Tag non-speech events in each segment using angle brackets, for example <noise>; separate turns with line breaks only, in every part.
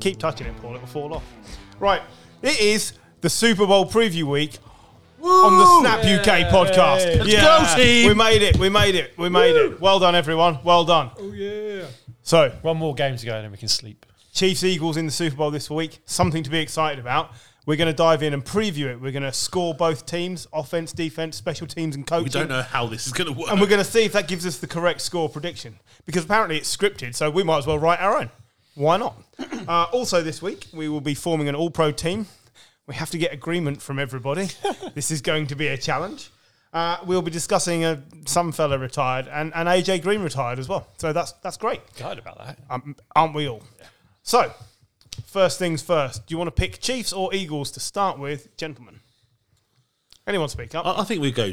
Keep touching it, Paul. It'll fall off. Right. It is the Super Bowl preview week on the Snap UK podcast.
Let's go, team.
We made it. We made it. We made it. Well done, everyone. Well done.
Oh, yeah.
So,
One more game to go and then we can sleep.
Chiefs Eagles in the Super Bowl this week. Something to be excited about. We're going to dive in and preview it. We're going to score both teams, offense, defense, special teams, and coaching.
We don't know how this is going to work.
And we're going to see if that gives us the correct score prediction because apparently it's scripted, so we might as well write our own. Why
<clears throat>
not? Uh, also, this week we will be forming an all pro team. We have to get agreement from
<laughs>
everybody. this is going to be a challenge. Uh, we'll be discussing uh, some fella retired and, and AJ Green retired as well. So that's, that's great,
Glad about that.
um, aren't we all? So, first things first, do you want to pick Chiefs or Eagles to start with, gentlemen? Anyone speak up?
I, I think we go.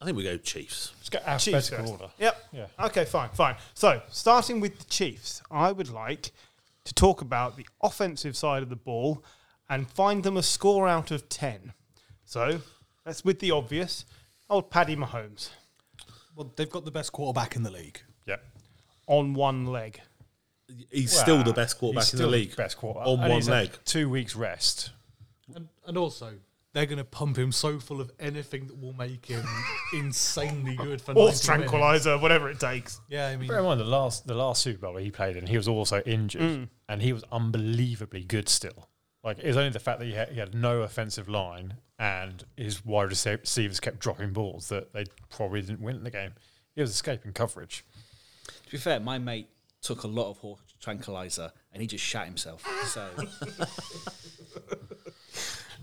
I think we go Chiefs.
Let's go
Chiefs
alphabetical
first.
order.
Yep.
Yeah.
Okay, fine, fine. So, starting with the Chiefs, I would like to talk about the offensive side of the ball and find them a score out of 10. So, that's with the obvious. Old Paddy Mahomes
Well, they've got the best quarterback in the league.
Yep.
on one leg.
He's still the
Well,
best quarterback
he's
in the
still
league.
Best quarterback.
on
And
one
he's had
leg.
Two weeks rest.
And, and also, they're going to pump him so full of anything that will
<laughs>
make him insanely good for
Or
90 minutes.
tranquilizer, whatever it takes.
Yeah, I mean,
Bear in mind the last the last Super Bowl he played in, he was also injured, and he was unbelievably good still. Like it was only the fact that he had, he had no offensive line and his wide rece- receivers kept dropping balls that they probably didn't win the game. He was escaping coverage.
To be fair, my mate took a lot of horse tranquilizer and he just shat himself. So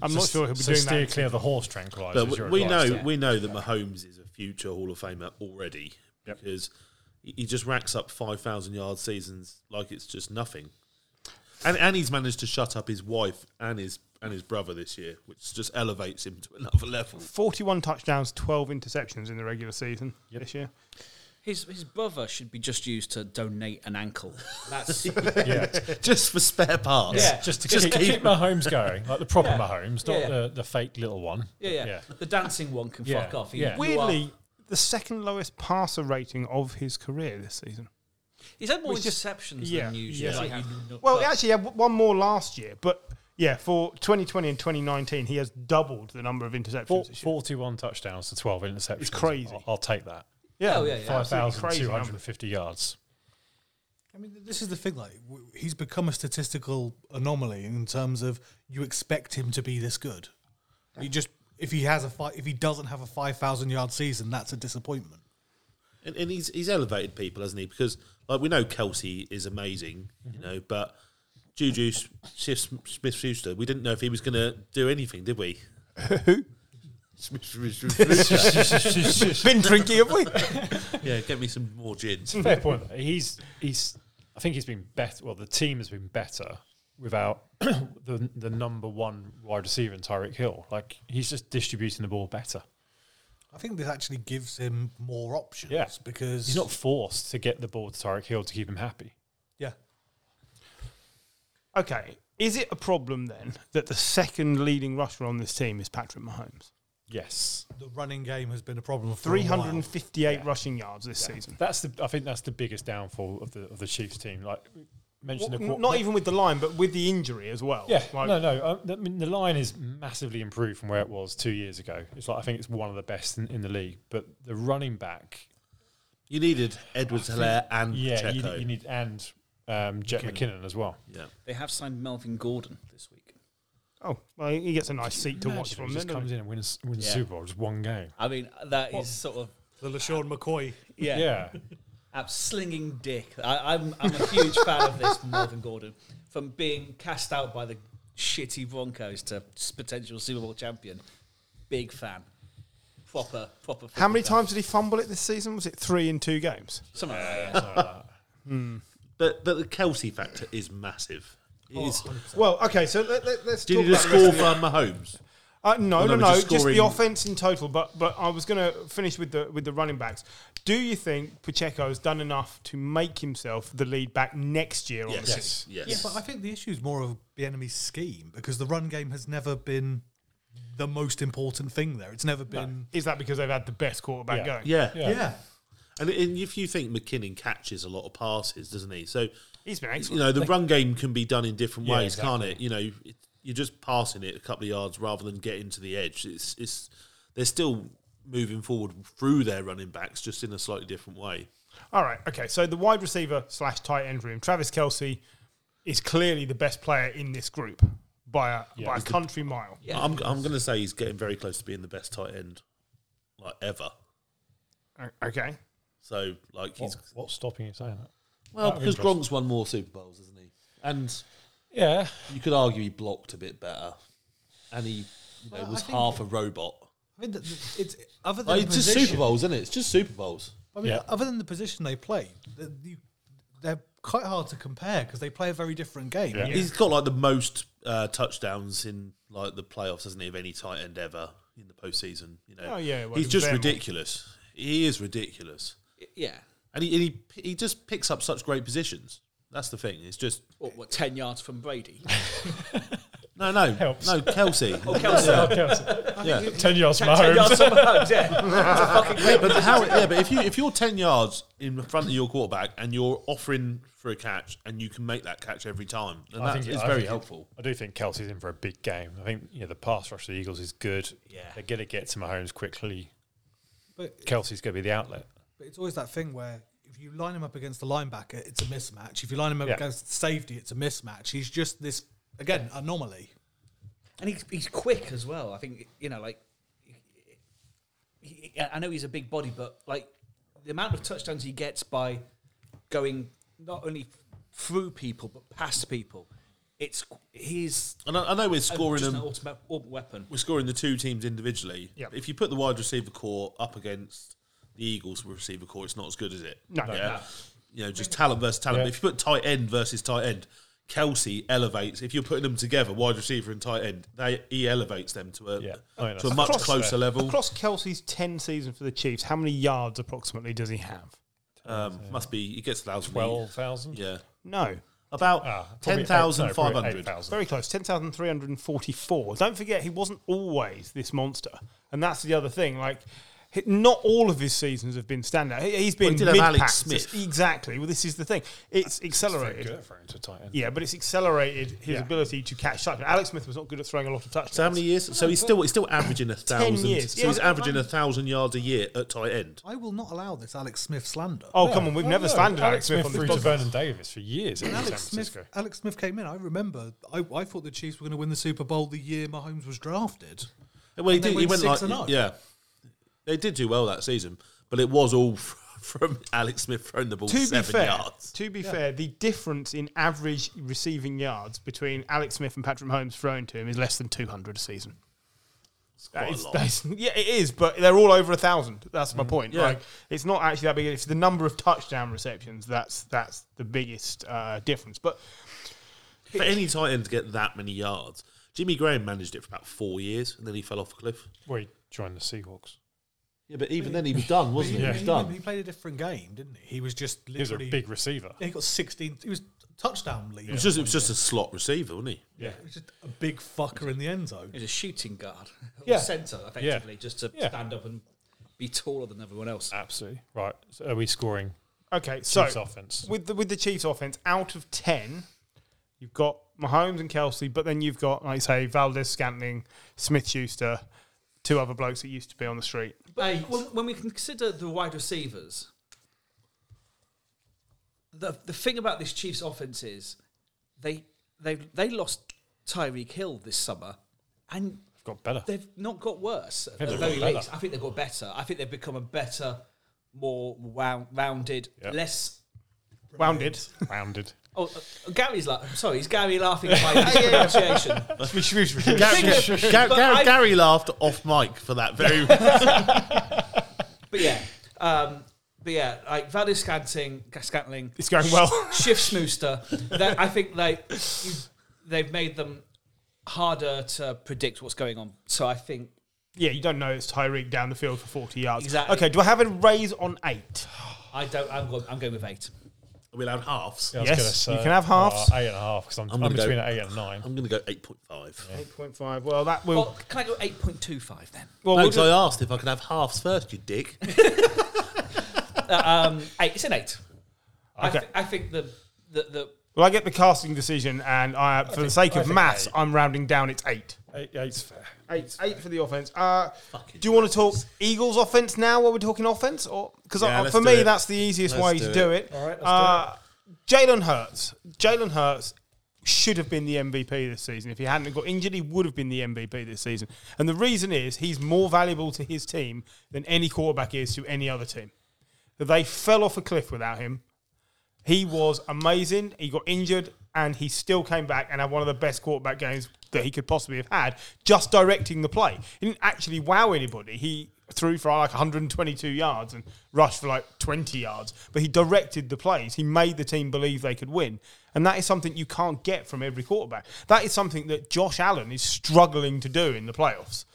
I'm not sure he'll be
so
doing
steer
that.
clear of the horse
But
tranquilizers.
we,
your
we know
advice.
we know that Mahomes is a future Hall of Famer already
Yep.
because he he just racks up five thousand yard seasons like it's just nothing. And and he's managed to shut up his wife and his and his brother this year, which just elevates him to another level. <laughs>
41 touchdowns, 12 interceptions in the regular season this year.
his his brother should be just used to donate an ankle. That's
just for spare parts.
Yeah.
just to
Just
keep,
keep-
keep Mahomes going, like the proper Mahomes, not
Yeah.
the, the fake little one.
yeah, yeah, The dancing one can
Yeah,
fuck off.
yeah.
you are-
Weirdly, the second lowest passer rating of his career this season.
he's had more
Which is-
interceptions
yeah,
than usual.
yeah.
like,
Yeah.
you-
Well,
but-
he actually had one more last year, but yeah, for 2020 and 2019, he has doubled the number of interceptions.
Four,
this year.
Forty-one touchdowns to twelve interceptions.
crazy.
I'll, I'll take that.
Oh, yeah, yeah.
Five
absolutely
thousand
crazy
two hundred
number.
and fifty yards.
I mean, this is the thing. Like, w- he's become a statistical anomaly in terms of you expect him to be this good. You just if he has a fi- if he doesn't have a five thousand yard season, that's a disappointment.
And, and he's he's elevated people, hasn't he? Because like we know Kelsey is amazing, you know, but Juju Smith Schuster, we didn't know if he was going to do anything, did we? Who?
Been drinking, have we? <laughs>
yeah, get me some more gin.
fair point. <laughs> He's he's. I think he's been better. Well, the team has been better without <clears throat> the the number one wide receiver in Tyreek Hill. Like he's just distributing the ball better.
I think this actually gives him more options.
Yeah.
because
He's not forced to get the ball to Tyreek Hill to keep him happy.
Yeah,
Okay, is it a problem then that the second leading rusher on this team is Patrick Mahomes?
Yes,
the running game has been a problem. For a while.
358 rushing yards this season.
that's the. I think that's the biggest downfall of the of the Chiefs team. Like mentioned,
Well,
the
n- not even with the line, but with the injury as well.
Yeah,
Like,
no, no. Um, I mean, the line is massively improved from where it was two years ago. It's like I think it's one of the best in, in the league. But the running back
You needed Edwards Hilaire and
Yeah, you,
Pacheco.
need- you need and um, Jet McKinnon as well.
yeah.
they have signed Melvin Gordon this week.
Oh, well, he gets a nice seat to watch
Imagine
from
he
then.
just comes
doesn't
in and wins, wins
Yeah.
Super Bowl just one game.
I mean, that is sort of
the Lashawn McCoy.
<laughs>
yeah,
Yeah,
ab- slinging dick. I, I'm I'm a huge fan of this Melvin Gordon from being cast out by the shitty Broncos to s- potential Super Bowl champion. Big fan, proper
he?
proper.
How
football
many
fan.
times did he fumble it this season? Was it three in two games?
Something like that. yeah.
But but the Kelsey factor is massive. Is,
Well, okay, so let, let, let's
do you
talk
need a
about the rest
score
of the-
for Mahomes?
Uh, no,
Well,
no,
no,
no,
we're
just,
just
the
scoring-
offense in total. But but I was going to finish with the with the running backs. Do you think Pacheco has done enough to make himself the lead back next year? on the team?
Yes. Yes.
Yeah, but I think the issue is more of the enemy's scheme because the run game has never been the most important thing there. It's never been.
Is that because they've had the best quarterback
Yeah.
going?
Yeah.
Yeah.
yeah.
And, and if you think McKinnon catches a lot of passes, doesn't he? So
He's been
you
excellent.
know the run game can be done in different
Yeah,
ways, can't it? You know, it, you're just passing it a couple of yards rather than getting to the edge. It's it's they're still moving forward through their running backs, just in a slightly different way.
All right, okay. So the wide receiver slash tight end room, Travis Kelsey, is clearly the best player in this group by a by a country mile.
Yeah.
I'm I'm going to say he's getting very close to being the best tight end like ever.
O- Okay,
So like he's
What's stopping you saying that?
well because Gronk's won more Super Bowls, isn't he? And
<laughs> Yeah,
you could argue he blocked a bit better, and he you know,
Well, I
was
think-
half a robot.
I mean, th- th- it's other than
Like,
the
it's just
position,
Super Bowls, isn't it? It's just Super Bowls.
I mean,
Yeah.
other than the position they play, th- you- they're quite hard to compare because they play a very different game.
Yeah.
He's got like the most uh, touchdowns in like the playoffs, hasn't he? Of any tight end ever in the postseason, you know.
Oh, yeah, well,
he's just
very much.
ridiculous. He is ridiculous,
yeah.
and he, and he he just picks up such great positions. That's the thing. It's just
What, what, 10 yards from Brady?
no, no,
<laughs> Helps.
no, Kelsey.
yeah. ten yards from
10
home.
yards from Mahomes, yeah. That's a fucking great
But how? Yeah, but if you if you're ten yards in front of your quarterback and you're offering for a catch and you can make that catch every time, then that
<laughs>
is
I
very
think-
helpful.
I do think Kelsey's in for a big game. I think you know the pass rush of the Eagles is good.
Yeah.
they're going to get to Mahomes quickly.
But,
Kelsey's going to be the outlet.
but it's always that thing where if you line him up against the linebacker, it's a mismatch. If you line him up
Yeah.
against safety, it's a mismatch. He's just this again anomaly.
and he's he's quick as well. I think you know, like he, he- I know he's a big body, but like the amount of touchdowns he gets by going not only through people but past people, it's he's
And I, I know we're scoring
just
them.
an ultimate, ultimate weapon.
we're scoring the two teams individually.
Yep.
If you put the wide receiver core up against the Eagles receiver core, it's not as good as it.
No.
yeah. You know, just talent versus talent.
Yeah.
If you put tight end versus tight end, Kelsey elevates. If you're putting them together, wide receiver and tight end, they he elevates them to a
Yeah. I mean,
to a
that's-
much
Across-
closer level.
Across Kelsey's ten seasons for the Chiefs, how many yards approximately does he have?
Um, must be he gets a thousand.
Twelve thousand.
Yeah,
No,
Ah,
about
probably
ten
eight-
thousand
no,
five
probably
hundred.
8,000.
very close. Ten thousand three hundred and forty-four. Don't forget, he wasn't always this monster, and that's the other thing. Like. he- Not all of his seasons have been standout. He- He's been
he did have Alex
mid-pack.
Smith.
Exactly. Well, this is the thing. It's
Very
accelerated.
good at throwing to a tight end.
Yeah, but it's accelerated his
Yeah.
ability to catch touchdowns. Alex Smith was not good at throwing a lot of touchdowns.
So how many years? So he's still he's still averaging a thousand.
years.
So
Yeah.
he's averaging a thousand yards a year at tight end.
I will not allow this Alex Smith slander.
Oh, come on. We've never slandered Alex Smith,
through
on
to
this podcast.
Vernon Davis for years in San
Alex Smith,
Francisco.
Alex Smith came in. I remember. I, I thought the Chiefs were going to win the Super Bowl the year Mahomes was drafted.
Well, he
And
did.
they
He
went
went like
6 and 0.
yeah, they did do well that season, but it was all <laughs> from Alex Smith throwing the ball
To be
seven
fair,
yards.
to be fair, the difference in average receiving yards between Alex Smith and Patrick Mahomes thrown to him is less than 200 a season.
It's
That
quite
is-
a lot. Mm,
that is- <laughs> yeah, it is, but they're all over a thousand. That's my point.
Yeah.
Like, it's not actually that big. It's the number of touchdown receptions that's that's the biggest uh, difference. But
For any tight end to get that many yards, Jimmy Graham managed it for about four years, and then he fell off a cliff.
Where he joined the Seahawks.
Yeah, but even then he was done, wasn't he?
Yeah.
He
He,
was
went- he
done.
played a different game, didn't he? He was just
He was a
literally.
big receiver.
He got sixteen. He was touchdown lead.
It was just it was just a slot receiver, wasn't he?
Yeah.
He was just a big fucker in the end zone.
He's a shooting guard, <laughs> or
Yeah.
centre effectively, just to
Yeah.
stand up and be taller than everyone else.
Absolutely. Right. So are we scoring
okay, so
Chiefs offense?
with the, with the Chiefs offense, out of ten, you've got Mahomes and Kelsey, but then you've got, like you say, Valdez, Scantling, Smith, Schuster, two other blokes that used to be on the street.
But when, when we consider the wide receivers, the the thing about this Chiefs offense is they they they lost Tyreek Hill this summer, and
Got better.
they've not got worse. At
they've
the very
got better.
least, I think they've got better. I think they've become a better, more wou- rounded,
Yeah.
less.
Wounded.
Rounded.
Oh, uh, Gary's like, I'm sorry, is Gary laughing
<laughs>
at my mispronunciation?
Gary,
Thing is-
Gary-
but
Gary-
I-
Gary laughed off mic for that <laughs> very. reason.
But yeah, um, but yeah, like Valdez Scanting, Scantling,
<laughs> It's going
<laughs>
well.
Shift Snooster. That- I think they you, they've made them harder to predict what's going on. So I think
yeah, you don't know it's Tyreek down the field for 40 yards.
Exactly.
Okay, do I have a raise on eight?
I don't. I'm going. I'm going with eight.
Are we allowed halves?
Yeah, I was
Yes,
gonna say,
you can have halves.
uh, eight and a half because I'm, I'm,
gonna go-
between an eight and a nine.
I'm going to go eight point five.
8.5. Well, that will.
Well, can I go eight point two five then?
well,
No,
we'll
'cause I asked if I could have halves first, you dick.
Uh, um, eight. It's an eight. I,
Okay.
th- I think the that that
Well, I get the casting decision, and I, for the sake
I
of
think
maths,
eight.
I'm rounding down. It's eight.
Eight, eight's fair.
Eight, eight for the offense. Uh, do you want to talk Eagles offense now while we're talking offense, or because
Yeah, let's
for
do
me
it.
that's the easiest
Let's
way
do
to
it.
do it.
All right, let's do
uh, Jalen Hurts. Jalen Hurts should have been the MVP this season. If he hadn't got injured, he would have been the MVP this season. And the reason is he's more valuable to his team than any quarterback is to any other team. They fell off a cliff without him. He was amazing. He got injured and he still came back and had one of the best quarterback games that he could possibly have had, just directing the play. He didn't actually wow anybody. He threw for like 122 yards and rushed for like 20 yards, but he directed the plays. He made the team believe they could win. And that is something you can't get from every quarterback. That is something that Josh Allen is struggling to do in the playoffs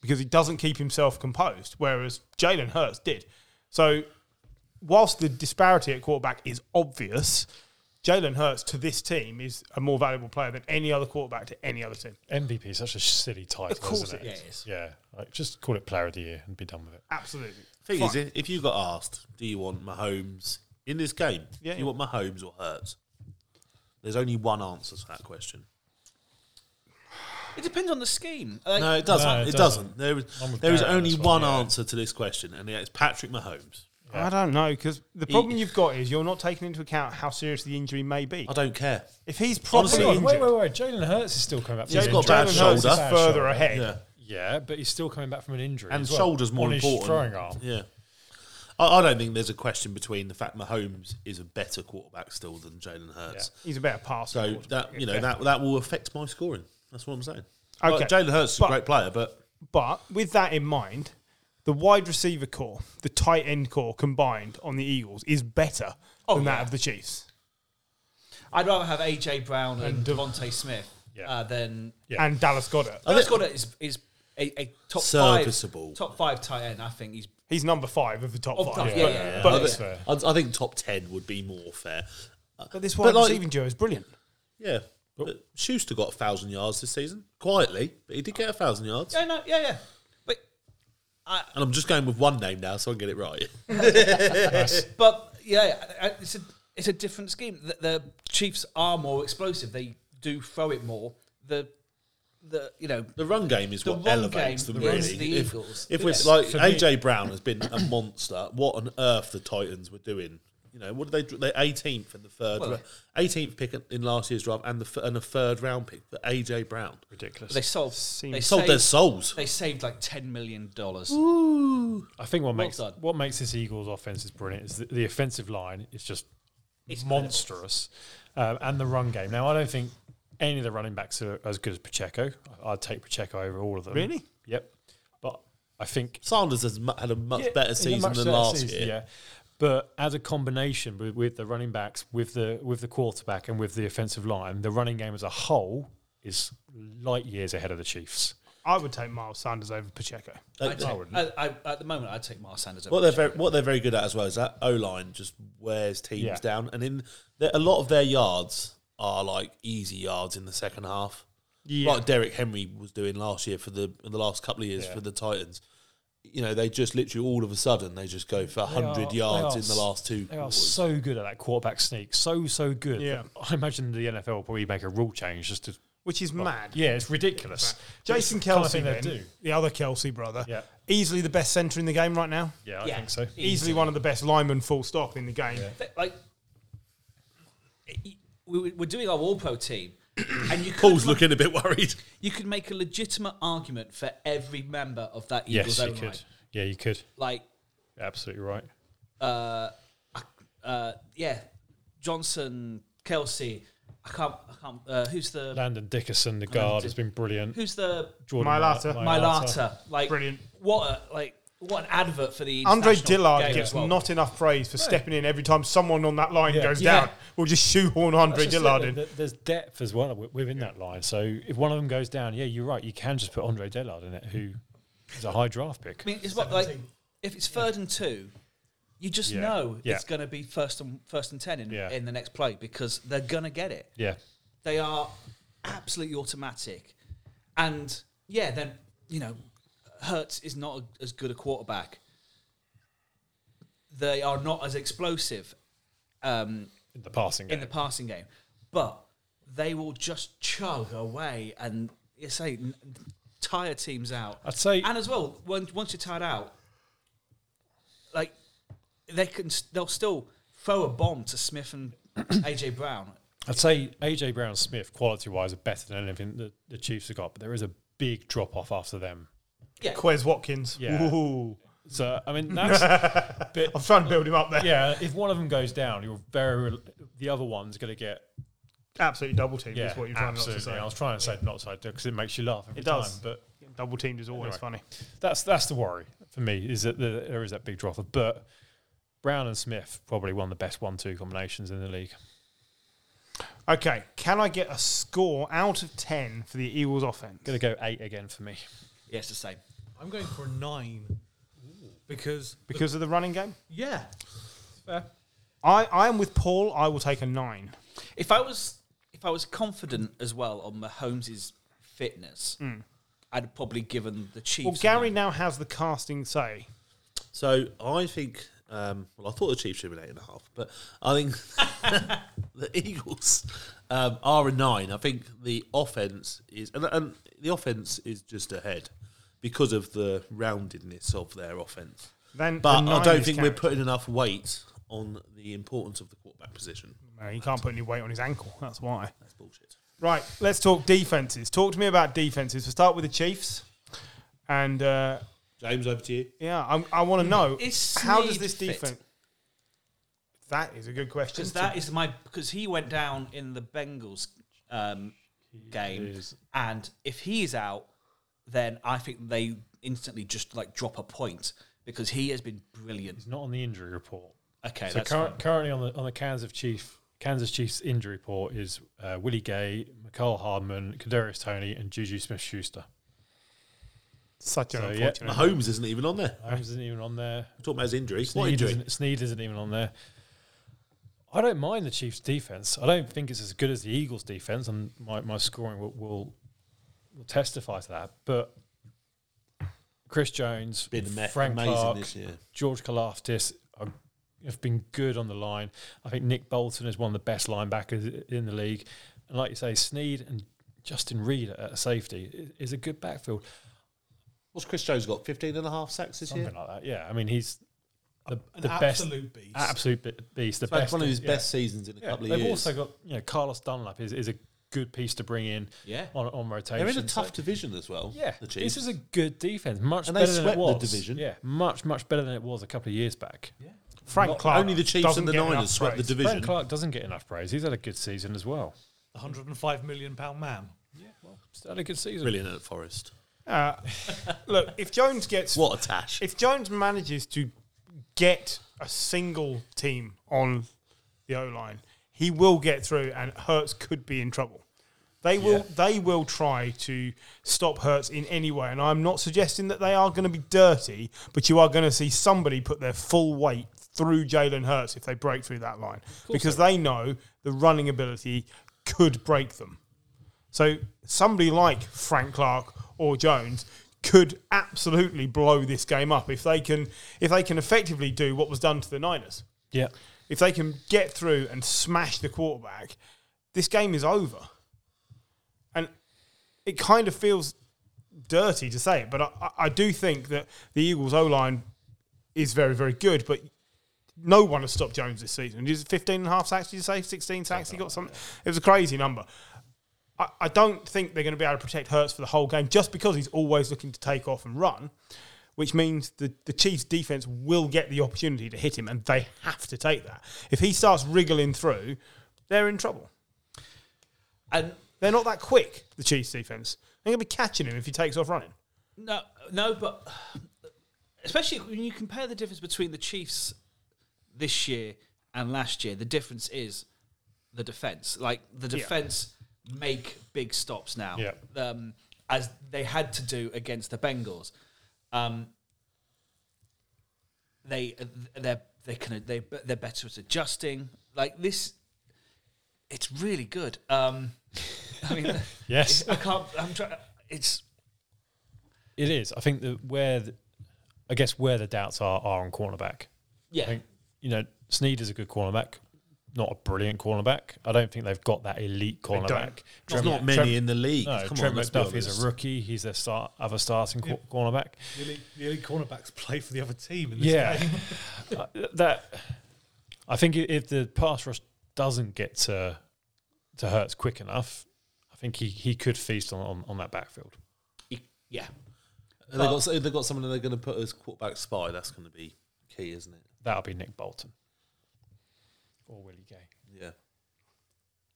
because he doesn't keep himself composed, whereas Jalen Hurts did. So whilst the disparity at quarterback is obvious, Jalen Hurts to this team is a more valuable player than any other quarterback to any other team.
MVP is such a silly title,
course
isn't
it
it?
is.
Yeah, like just call it Player of the Year and be done with it.
Absolutely.
Thing is, if you got asked, do you want Mahomes in this game?
Yeah.
Do you want Mahomes or Hurts? There's only one answer to that question.
it depends on the scheme. Uh, Like,
No, it doesn't.
No, it
it,
doesn't.
doesn't. There is
I'm with
there is
Barrett on
only
this
one
one, yeah.
answer to this question, and it's Patrick Mahomes.
I don't know because the problem you've got is you're not taking into account how serious the injury may be.
I don't care.
If he's probably
Honestly,
Hang on,
injured,
wait, wait, wait. Jalen Hurts is still coming back.
He's
from
got
injury.
a bad
Jalen Hurts is
shoulder.
Bad
further
shoulder.
ahead.
Yeah,
Yeah, but he's still coming back from an injury.
and
as well,
shoulders more
on
important.
His throwing arm.
Yeah, I, I don't think there's a question between the fact Mahomes is a better quarterback still than Jalen Hurts.
he's a better passer.
So that you know that that will affect my scoring. That's what I'm saying.
Okay.
Like, Jalen Hurts is a
But-
great player, but
But with that in mind, the wide receiver core, the tight end core combined on the Eagles is better than that of the Chiefs.
I'd rather have AJ Brown and, Devontae Smith
Yeah.
uh, than
Yeah.
And Dallas Goddard.
Oh.
Dallas Goddard is is a, a top
Serviceable.
five top five tight end. I think he's
He's number five of the top
Of
five.
course, yeah,
But-
yeah, yeah.
But,
I,
That's
thi-
fair.
I, I think top ten would be more fair.
but this wide
like-
receiving duo is brilliant.
Yeah. But Schuster got a thousand yards this season quietly, but he did get a thousand yards.
yeah no yeah yeah. But
And I'm just going with one name now, so I can get it right. <laughs>
but yeah, I- I- it's a it's a different scheme. The, the Chiefs are more explosive. They do throw it more. The the you know
The run game is
The
what
run
elevates
game
them,
is
really.
the
if
Eagles.
if we're
Yes.
like AJ Brown has been a monster, what on earth the Titans were doing? You know, what did they? They 18th in the third,
Well-
ra- 18th pick in last year's draft, and the f- and a third round pick for AJ Brown.
Ridiculous.
they sold they
Sold their
saved-
souls.
They saved like ten million dollars.
I think what makes
done.
what makes this Eagles offense is brilliant is the, the offensive line is just monstrous, um, and the run game. Now I don't think any of the running backs are as good as Pacheco. I- I'd take Pacheco over all of them.
Really?
Yep. But I think
Sanders has mu- had a much
Yeah,
better
it's a
season
much
than
better
last
season,
year.
Yeah. But as a combination with, with the running backs, with the with the quarterback, and with the offensive line, the running game as a whole is light years ahead of the Chiefs.
I would take Miles Sanders over Pacheco.
I'd take- I, I, at the moment, I'd take Miles Sanders. over
What they're very, what they're very good at as well is that O line just wears teams
Yeah.
down, and in the, a lot of their yards are like easy yards in the second half,
Yeah.
like Derek Henry was doing last year for the in the last couple of years for the Titans. You know, they just literally all of a sudden they just go for hundred
They are-
yards
they are
in the last two.
They are
quarters.
so good at that quarterback sneak, so so good.
Yeah.
that I imagine the NFL will probably make a rule change just to.
Which is mad.
Yeah, it's ridiculous. But it's
Jason
the kind of
Kelsey,
thing they
then,
do.
the other Kelsey brother,
Yeah.
easily the best centre in the game right now.
Yeah, I
Yeah.
think so.
Easily one of the best linemen, full stop, in the game.
Th- like we- we- we're doing our All
<coughs>
Pro team, and you could
Paul's looking a bit worried.
you could make a legitimate argument for every member of that Eagles
Yes, you
own
could.
right.
Yeah, you could.
Like,
Absolutely right.
uh, yeah, Johnson, Kelsey. I can't. I can't. Uh, who's the
Landon Dickerson, the guard, has been brilliant.
Who's the
Jordan
Mailata.
Ma-
Mylata? Like
Brilliant.
What a like what an advert for the
Andre
international
Dillard
game
gets
as well.
not enough praise for stepping in every time someone on that line
Yeah.
goes
Yeah.
down. We'll just shoehorn Andre
That's just
Dillard
it.
in.
There- There's depth as well wi- within that line. So if one of them goes down, yeah, you're right. You can just put Andre Dillard in it, who is a high draft pick.
I mean, it's what like if it's third and two, you just
Yeah.
know
Yeah.
it's going to be first and first and ten in,
Yeah.
in the next play because they're going to get it.
yeah,
They are absolutely automatic, and yeah, then you know, Hertz is not a, as good a quarterback. They are not as explosive. Um,
in the passing game.
in the passing game, but they will just chug away and you say n- tire teams out.
I'd say-
and as well, when, once you're tired out, like they can, s- they'll still throw a bomb to Smith and <clears throat> AJ Brown.
I'd say AJ Brown Smith, quality wise, are better than anything that the Chiefs have got, but there is a big drop off after them.
Yeah,
Quez Watkins.
Yeah.
Ooh.
So I
<laughs>
mean, that's
I'm trying to build him up there.
yeah. If one of them goes down, you're very the other one's going to get
Absolutely double teamed
yeah.
is what you're trying not to
absolutely.
say.
I was trying to say not side because it makes you laugh. Every
It does.
time, but
Double teamed is always
Anyway.
funny.
that's that's the worry for me is that the, there is that big drop off. But Brown and Smith probably one of the best one-two combinations in the league.
Okay, can I get a score out of 10 for the Eagles offense?
Going to go eight again for me.
yeah, it's the same.
I'm going for a nine because
Because of the running game?
yeah,
I, I am with Paul. I will take a 9.
If I was if I was confident as well on Mahomes' fitness, I'd have probably given the Chiefs.
Hmm. Well,
a
Gary
nine.
now has the casting say.
So I think, um, well, I thought the Chiefs should be an eight and a half, but I think <laughs> the Eagles um, are a nine. I think the offense is, and, and the offense is just ahead because of the roundedness of their offense.
Then the
But
nine
I don't
is
think we're
carried.
putting enough weight on the importance of the quarterback position.
No, he can't put any weight on his ankle. That's why.
That's bullshit.
Right, let's talk defenses. Talk to me about defenses. We'll start with the Chiefs. And uh,
James, over to you.
yeah, I'm, I
Hmm.
want to know
Is
how does
Snead
this
fit?
defense. That is a good question.
Because that is my because he went down in the Bengals um, game, and if he's out, then I think they instantly just like drop a point because he has been brilliant.
He's not on the injury report.
Okay,
So
that's
curr-
fine.
currently on the on the Kansas Chief Kansas Chiefs injury report is uh, Willie Gay, McCall Hardman, Kadarius Tony, and Juju Smith Schuster.
Such an
So, yeah. <laughs>
unfortunate.
Mahomes isn't even on there.
Holmes isn't even on there.
We're talking about his injury. What
Sneed
injury?
isn't, Sneed isn't even on there. I don't mind the Chiefs' defense. I don't think it's as good as the Eagles' defense, and my, my scoring will, will will testify to that. But Chris Jones,
Been ama-
Frank
amazing
Clark,
this year.
George Kalafdis are, have been good on the line. I think Nick Bolton is one of the best linebackers in the league. And like you say, Sneed and Justin Reed at safety i- is a good backfield.
What's Chris Jones got? 15 and a half sacks this
Something
year?
like that. Yeah. I mean, he's the,
an
the best.
absolute beast.
Absolute bi- beast. The
It's like
best
one of his
yeah.
best seasons in a
Yeah,
couple of
they've
years.
also got you know Carlos Dunlap is, is a good piece to bring in.
Yeah.
on, on rotation.
They're in a
So,
tough division as well.
yeah,
the Chiefs.
this is a good defense. Much
And they
better than it
swept the
was.
division.
Yeah, much much better than it was a couple of years back.
Frank Clark.
Only the Chiefs
doesn't
and the
get enough
Niners swept the
praise.
division.
Frank Clark doesn't get enough praise. He's had a good season as well.
105 million pound man.
He's had a good season.
Brilliant at Forest.
Uh, look, if Jones gets
What a tash!
if Jones manages to get a single team on the O line, he will get through, and Hertz could be in trouble. They will. They will try to stop Hertz in any way, and I'm not suggesting that they are going to be dirty, but you are going to see somebody put their full weight through Jalen Hurts if they break through that line, because they know the running ability could break them. So somebody like Frank Clark or Jones could absolutely blow this game up if they can if they can effectively do what was done to the Niners.
Yeah,
If they can get through and smash the quarterback, this game is over. And it kind of feels dirty to say it, but I, I- I do think that the Eagles O line is very, very good, but no one has stopped Jones this season. Is it 15 and a half sacks, did you say? 16 sacks? He got something. It was a crazy number. I, I don't think they're going to be able to protect Hurts for the whole game just because he's always looking to take off and run, which means the, the Chiefs' defense will get the opportunity to hit him, and they have to take that. If he starts wriggling through, they're in trouble.
and
They're not that quick, the Chiefs' defense. They're going to be catching him if he takes off running.
no, no, but especially when you compare the difference between the Chiefs this year and last year, the difference is the defense. Like the defense make big stops now,
Yeah.
um, as they had to do against the Bengals. Um, they they're they can they they're better at adjusting. Like this, it's really good. Um, I mean,
<laughs> Yes.
I can't. I'm trying. It's
it is. I think that where the, I guess where the doubts are are on cornerback.
yeah.
I think you know Sneed is a good cornerback. not a brilliant cornerback. I don't think they've got that elite
don't.
cornerback.
There's
Trent-
not
Trent-
many in the league.
No,
Come
Trent
on, let's be
McDuffie is
honest.
a rookie. He's their start, other starting cor- cornerback.
The elite, the elite cornerbacks play for the other team. In this
Yeah, <laughs>
game.
Uh, that I think i- if the pass rush doesn't get to to Hurts quick enough, I think he, he could feast on, on, on that backfield.
Yeah.
And they got so they got someone they're going to put as quarterback spy. That's going to be key, isn't it?
That'll be Nick Bolton or Willie Gay,
Yeah.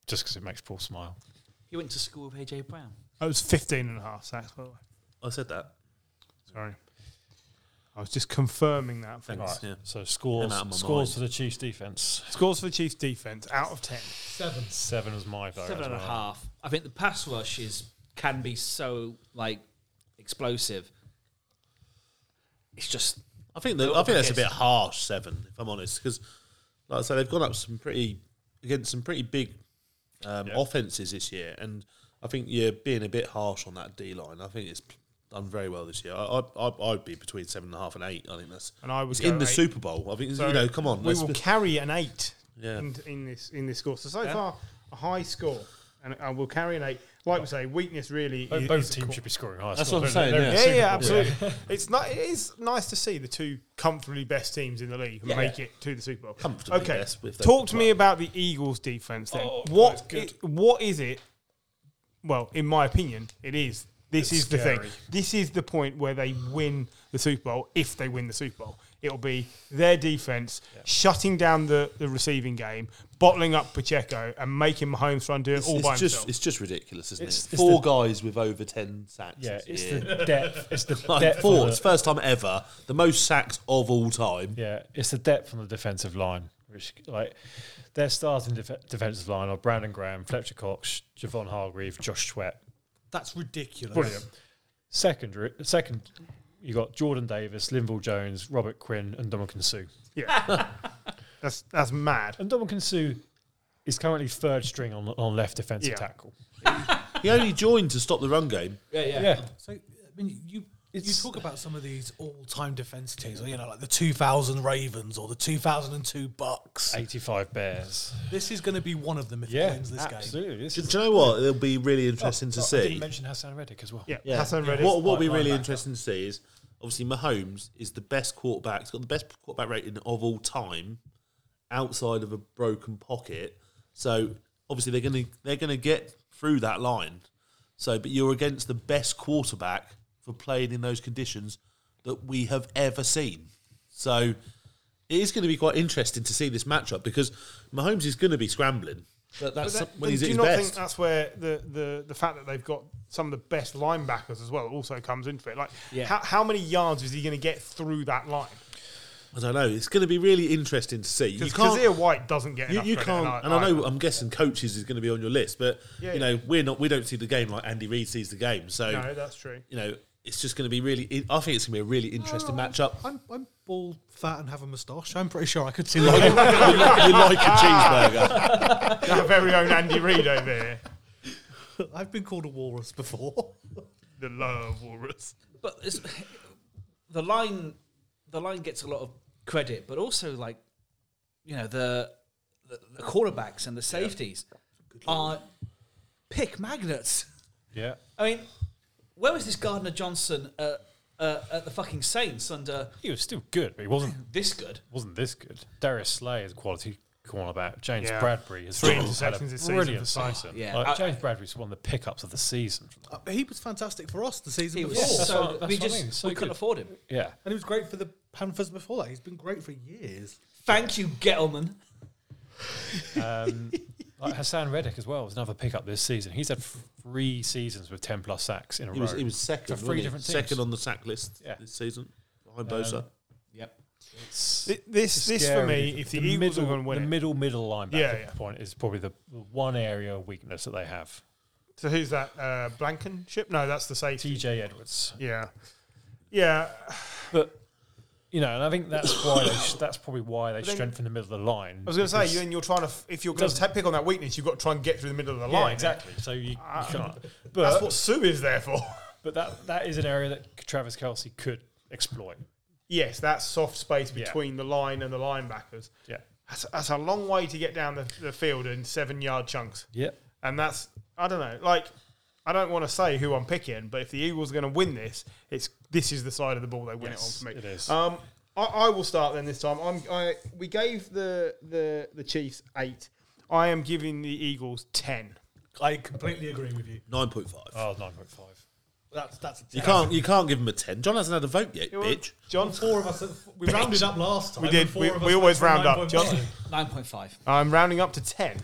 just because it makes Paul smile.
He went to school with AJ Brown.
I was 15 and a half sacks, by the way.
I said that.
Sorry. I was just confirming that. For
Thanks. Yeah.
So
I'm
scores
out of my
scores
mind.
for the Chiefs defense.
Scores for the Chiefs defense out of 10.
Seven.
Seven was my vote.
Seven
as
and a
well.
half. I think the pass rush is can be so like explosive. It's just
I think that, I think that's a bit harsh seven, if I'm honest, because like I say, they've gone up some pretty against some pretty big um, offenses this year, and I think you're being a bit harsh on that D line. I think it's done very well this year. I, I I- I'd be between seven and a half and eight. I think that's
And I would
it's
go
in the
eight.
Super Bowl. I think
So
you know, come on,
We
let's
will
be-
carry an eight
Yeah.
in, in this in this score. So so far, a high score, and I will carry an eight. Like we say, weakness really.
Both,
is,
both
is a
teams
core-
should be scoring high.
That's
scores,
what I'm
don't they?
saying,
They're in
yeah.
the
Yeah,
Super
yeah,
Bowl.
absolutely. <laughs> It's not. It is nice to see the two comfortably best teams in the league
Yeah.
make it to the Super Bowl.
Comfortably
okay,
best with their
talk to
football.
me about the Eagles' defense. Then
Oh,
what?
that's good.
i- what is it? Well, in my opinion, it is. This
It's
is the
scary.
thing. This is the point where they win the Super Bowl. If they win the Super Bowl, it'll be their defense shutting down the, the receiving game, bottling up Pacheco, and making Mahomes run do it
It's,
all
it's
by
just
himself.
it's just ridiculous, isn't
It's-
it?
it's
Four guys with over ten sacks.
Yeah,
this
it's
year.
the depth. It's the
<laughs> Like,
depth.
four.
on
It's
the-
first time ever. The most sacks of all time.
yeah, it's the depth on the defensive line. Which like their starting def- defensive line are Brandon Graham, Fletcher Cox, Javon Hargreave, Josh Sweat.
That's ridiculous.
Brilliant.
Secondary, second, you got Jordan Davis, Linville Jones, Robert Quinn, and Dominican Sue.
yeah, <laughs> that's that's mad.
And Dominican Sue is currently third string on on left defensive
Yeah.
tackle.
He only joined to stop the run game.
yeah, yeah.
Yeah,
So I mean, you you talk about some of these all-time defense teams, you know, like the 2000 Ravens or the 2002 Bucks.
eighty-five Bears.
This is going to be one of them if he
Yeah,
wins this game.
absolutely. This
Do,
is-
do you know what? It'll be really interesting to
Oh,
see.
I didn't mention Hassan Reddick as well.
Yeah,
Yeah.
Hassan Reddick.
What will be
Like
really
linebacker.
interesting to see is obviously Mahomes is the best quarterback. He's got the best quarterback rating of all time, outside of a broken pocket. So obviously they're going to they're going to get through that line. So, but you're against the best quarterback for playing in those conditions that we have ever seen. So it is going to be quite interesting to see this matchup because Mahomes is going to be scrambling. But that's
But that-
when he's
do you
at his
not
best.
think that's where the, the, the fact that they've got some of the best linebackers as well also comes into it? Like,
Yeah.
how, how many yards is he going to get through that line?
I don't know. It's going to be really interesting to see. You
Because
can't.
Kazir White doesn't get
you,
enough
you
credit,
can't, and I, know I'm guessing coaches is going to be on your list, but
Yeah,
you know we're not. We don't see the game like Andy Reid sees the game, so
No, that's true. <laughs>
you know it's just going to be really. I think it's going to be a really interesting matchup.
I'm I'm bald, fat, and have a moustache. I'm pretty sure I <laughs> could see. Like,
you like a
<laughs>
cheeseburger?
Our very own Andy Reid over here,
I've been called a walrus before. <laughs>
the lower walrus.
But it's, <laughs> the line, the line gets a lot of credit, but also like, you know, the the, the quarterbacks and the safeties are pick magnets.
Yeah.
I mean, where was this Gardner Johnson uh, uh, at the fucking Saints under
He was still good, but he wasn't
this good?
wasn't this good. Darius Slay is a quality cornerback. James
Yeah.
Bradbury has
Three
had a
interceptions this season
brilliant
for Uh, Saints.
season.
Yeah.
Like,
I-
James Bradbury's one of the pickups of the season.
Uh, He was fantastic for us the season
He was
before,
that's
so
what-
good.
that's
we
what I
just
mean, so
we couldn't
good.
afford him.
<laughs>
Yeah.
and he was great for the Panthers before that. He's been great for years.
Thank you, <coughs> Gettleman.
Um, like Hassan Reddick as well was another pickup this season. He's had three seasons with 10 plus sacks in a
He
row.
was he was
For
second,
three
wasn't he?
different teams.
second on the sack list
Yeah. Um,
this season behind Bosa.
Yep.
It's
Thi- This, this for
scary.
me, if the, Eagles
middle,
are going to win
the
it.
middle, middle linebacker
Yeah, yeah.
point is probably the one area of weakness that they have.
So who's that? Uh, Blankenship? No, that's the safety.
TJ Edwards.
Yeah. Yeah.
But, you know, and I think that's why they, sh- that's probably why they
then-
strengthen the middle of the line.
I was going to say, you, and you're trying to, f- if you're going to
Doesn't-
pick on that weakness, you've got to try and get through the middle of the
Yeah, Ah.
line.
exactly. So you, you can't. But
That's what Sue is there for.
But that that is an area that Travis Kelsey could exploit.
Yes, that soft space
Yeah.
between the line and the linebackers.
Yeah.
That's, that's a long way to get down the, the field in seven yard chunks.
Yep.
And that's, I don't know, like, I don't want to say who I'm picking, but if the Eagles are going to win this, it's this is the side of the ball they win
Yes,
it on for me.
it is.
Um, I, I will start then this time. I'm, I, we gave the, the, the Chiefs eight. I am giving the Eagles 10.
I completely agree with you.
Nine point five.
Oh, 9.5.
That's that's a
You can't you can't give him a ten. John hasn't had a vote yet, bitch.
John?
Four of us. We rounded up last time.
We did.
and four
We-
of
we
us
always
went for
round up, John.
9.5.
9.5.
I'm rounding up to 10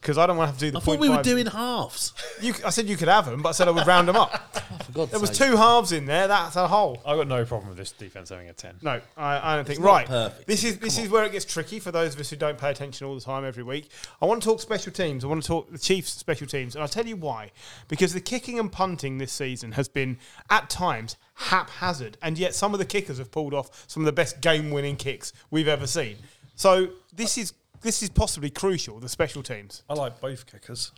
because I don't want to have to do the
I thought
point
we were
five.
doing halves.
You, I said you could have them, but I said I would round them up.
For God's
There was
sake.
two halves in there. That's a hole.
I've got no problem with this defense having a 10.
No, I, I don't think. Right.
perfect.
This is this is where it gets tricky for those of us who don't pay attention all the time every week. I want to talk special teams. I want to talk the Chiefs' special teams, and I'll tell you why. Because the kicking and punting this season has been at times haphazard, and yet some of the kickers have pulled off some of the best game-winning kicks we've ever seen. So this is this is possibly crucial. The special teams,
I like both kickers.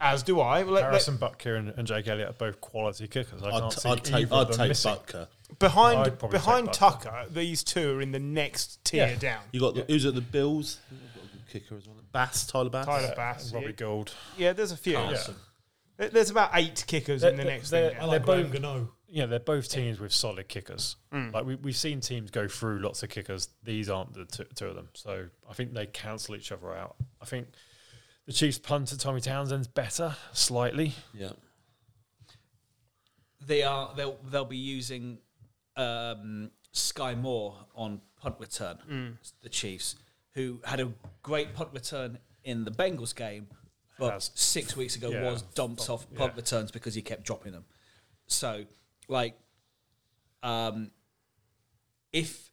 as do I. Let- let-
Harrison Butker and, and Jake Elliott are both quality kickers. I
I'd,
can't
t-
see
I'd take
either
I'd
of them
take
missing.
Butker.
behind
I'd probably
behind
take that.
Tucker, these two are in the next tier
Yeah.
down.
You got the, who's at the Bills? Who's got a good kicker as well. Bass, Tyler Bass.
Tyler Bass,
Robbie Gould.
Yeah, there's a few.
Carson.
There- There's about eight kickers in the next
they're,
thing.
I
down.
like
they're
Graham
both,
Gano.
yeah, they're both teams with solid kickers. Like we, we've seen teams go through lots of kickers. These aren't the two, two of them. So I think they cancel each other out. I think the Chiefs punter Tommy Townsend's better slightly.
Yeah.
They are, they'll, they'll be using um, Sky Moore on punt return, the Chiefs, who had a great punt return in the Bengals game, but
Has.
six weeks ago
Yeah.
was dumped off punt returns because he kept dropping them. So, like, um, if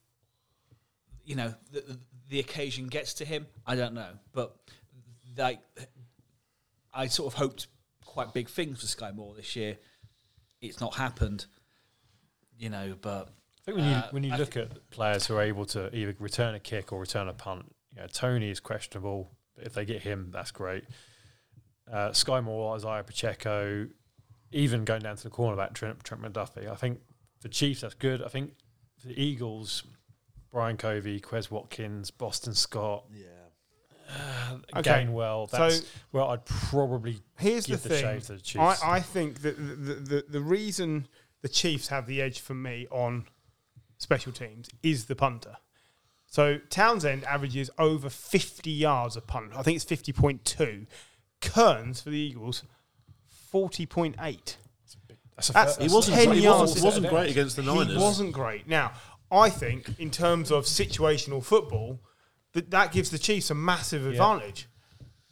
you know the, the, the occasion gets to him, I don't know, but like I sort of hoped quite big things for Sky Moore this year. It's not happened, you know. But
I think when
Uh,
you when you look at players who are able to either return a kick or return a punt, you know, Tony is questionable. But if they get him, that's great. Uh, Sky Moore, Isaiah Pacheco, even going down to the cornerback, Trent, Trent McDuffie. I think the Chiefs, that's good. I think for the Eagles, Brian Covey, Quez Watkins, Boston Scott, uh,
Yeah.
Okay.
Gainwell.
So-
That's where I'd probably
Here's
give
the
the,
thing.
shave to the
I,
Chiefs.
I think that the, the, the, the reason the Chiefs have the edge for me on special teams is the punter. So Townsend averages over 50 yards a punt. I think it's 50.2. Kearns for the Eagles, 40.8.
that's
that's-
a fair-
He
that's-
wasn't,
ten
he
yards.
wasn't, he wasn't great against the Niners.
He wasn't great. Now, I think in terms of situational football, that that gives the Chiefs a massive advantage.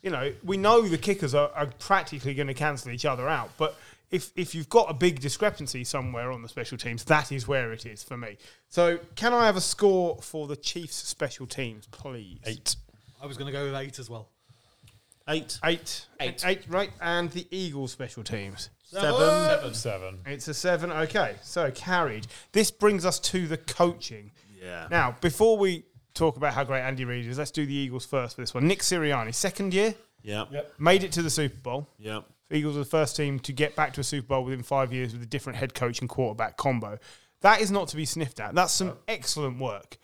You know, we know the kickers are, are practically going to cancel each other out, but if if you've got a big discrepancy somewhere on the special teams, that is where it is for me. So, can I have a score for the Chiefs special teams, please?
eight.
I was going to go with eight as well.
Eight,
Eight.
Eight.
Eight, right? And the Eagles special teams.
seven.
Seven.
It's a seven. Okay, so carried. This brings us to the coaching.
Yeah.
Now, before we talk about how great Andy Reid is, let's do the Eagles first for this one. Nick Sirianni, second year,
Yeah. Yeah.
made it to the Super Bowl.
Yeah.
The Eagles are the first team to get back to a Super Bowl within five years with a different head coach and quarterback combo. That is not to be sniffed at. That's some excellent work.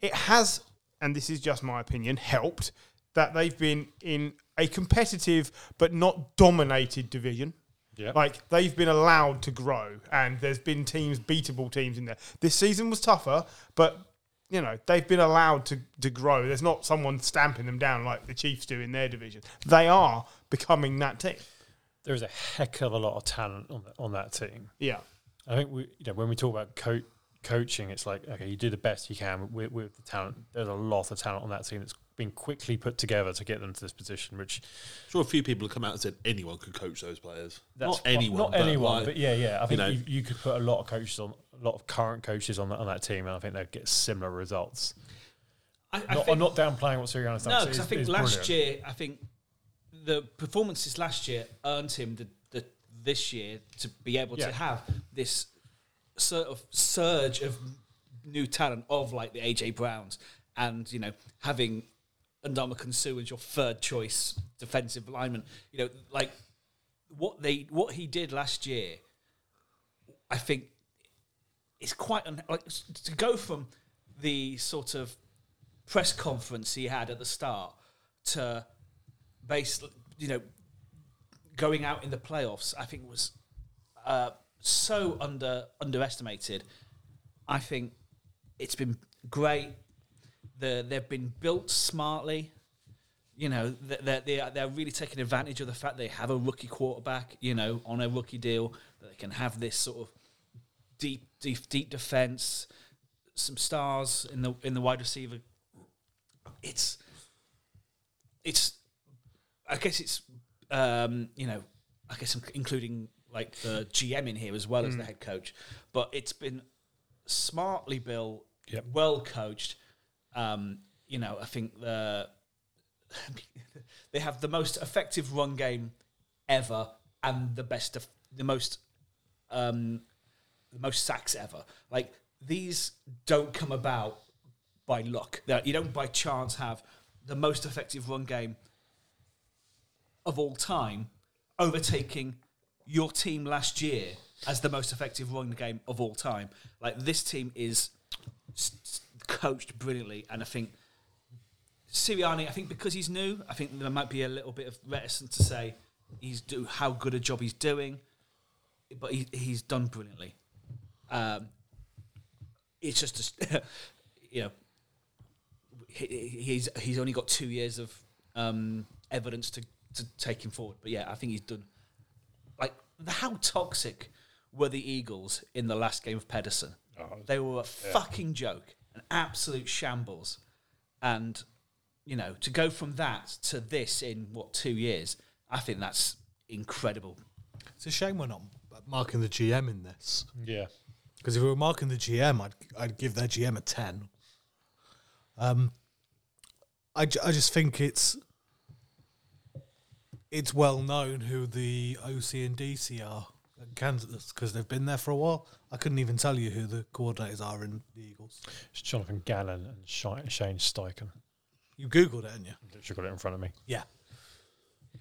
It has, and this is just my opinion, helped that they've been in a competitive but not dominated division.
Yeah.
Like they've been allowed to grow, and there's been teams, beatable teams in there. This season was tougher, but you know they've been allowed to to grow. There's not someone stamping them down like the Chiefs do in their division. They are becoming that team.
There is a heck of a lot of talent on, the, on that team.
Yeah,
I think we, you know, when we talk about co- coaching, it's like okay, you do the best you can with, with the talent. There's a lot of talent on that team that's been quickly put together to get them to this position. Which
sure a few people have come out and said anyone could coach those players.
that's
not anyone.
not anyone,
like-
but yeah, yeah. I think
know.
you, you, could put a lot of coaches on, a lot of current coaches on that, on that team, and I think they'd get similar results.
I, I
Not,
think,
I'm not downplaying what Sirianni's done.
no,
so
because I
it's-
think
it's
last
brilliant.
year, I think the performances last year earned him the, the this year to be able
Yeah.
to have this sort of surge of new talent of like the AJ Browns and you know having Ndamukong Sue as your third choice defensive lineman. You know, like what they what he did last year, I think it's quite un- like s- to go from the sort of press conference he had at the start to base, you know, going out in the playoffs, I think was uh, so under underestimated. I think it's been great. The, they've been built smartly. You know, th- they're, they're, they're really taking advantage of the fact they have a rookie quarterback, you know, on a rookie deal, that they can have this sort of deep, deep, deep defense, some stars in the in the wide receiver. It's it's I guess it's um, you know I guess I'm including like the GM in here as well as the head coach, but it's been smartly built,
Yep.
well coached. Um, you know I think the <laughs> they have the most effective run game ever and the best def- the most um, the most sacks ever. Like these don't come about by luck. They're- You don't by chance have the most effective run game of all time, overtaking your team last year as the most effective run game of all time. Like this team is s- s- coached brilliantly, and I think Sirianni. I think because he's new, I think there might be a little bit of reticence to say he's do how good a job he's doing, but he, he's done brilliantly. Um, it's just, a st- <laughs> you know, he, he- he's he's only got two years of um, evidence to to take him forward. But yeah, I think he's done. Like how toxic were the Eagles in the last game of Pedersen? they were a fucking joke, an absolute shambles, and you know to go from that to this in what two years? I think that's incredible.
It's a shame we're not marking the GM in this.
Yeah.
Because if we were marking the GM, I'd, I'd give their GM a 10. Um, I, ju- I just think it's it's well known who the OC and DC are at Kansas because they've been there for a while. I couldn't even tell you who the coordinators are in the Eagles.
It's Jonathan Gannon and Shi- Shane Steichen.
You Googled it, didn't you?
Literally got it in front of me.
Yeah.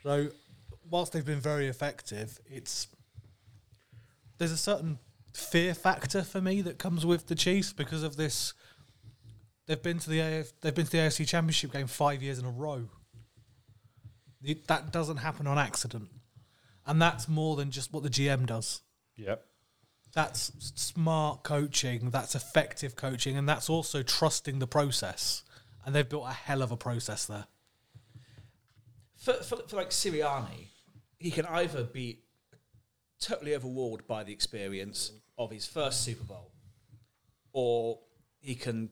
So, whilst they've been very effective, it's there's a certain fear factor for me that comes with the Chiefs because of this. They've been to the AF, they've been to the AFC Championship game five years in a row. It- that doesn't happen on accident, and that's more than just what the GM does.
Yep.
That's s- smart coaching. That's effective coaching, and that's also trusting the process. And they've built a hell of a process there.
for, for, for like Sirianni, he can either be totally overawed by the experience of his first Super Bowl, or he can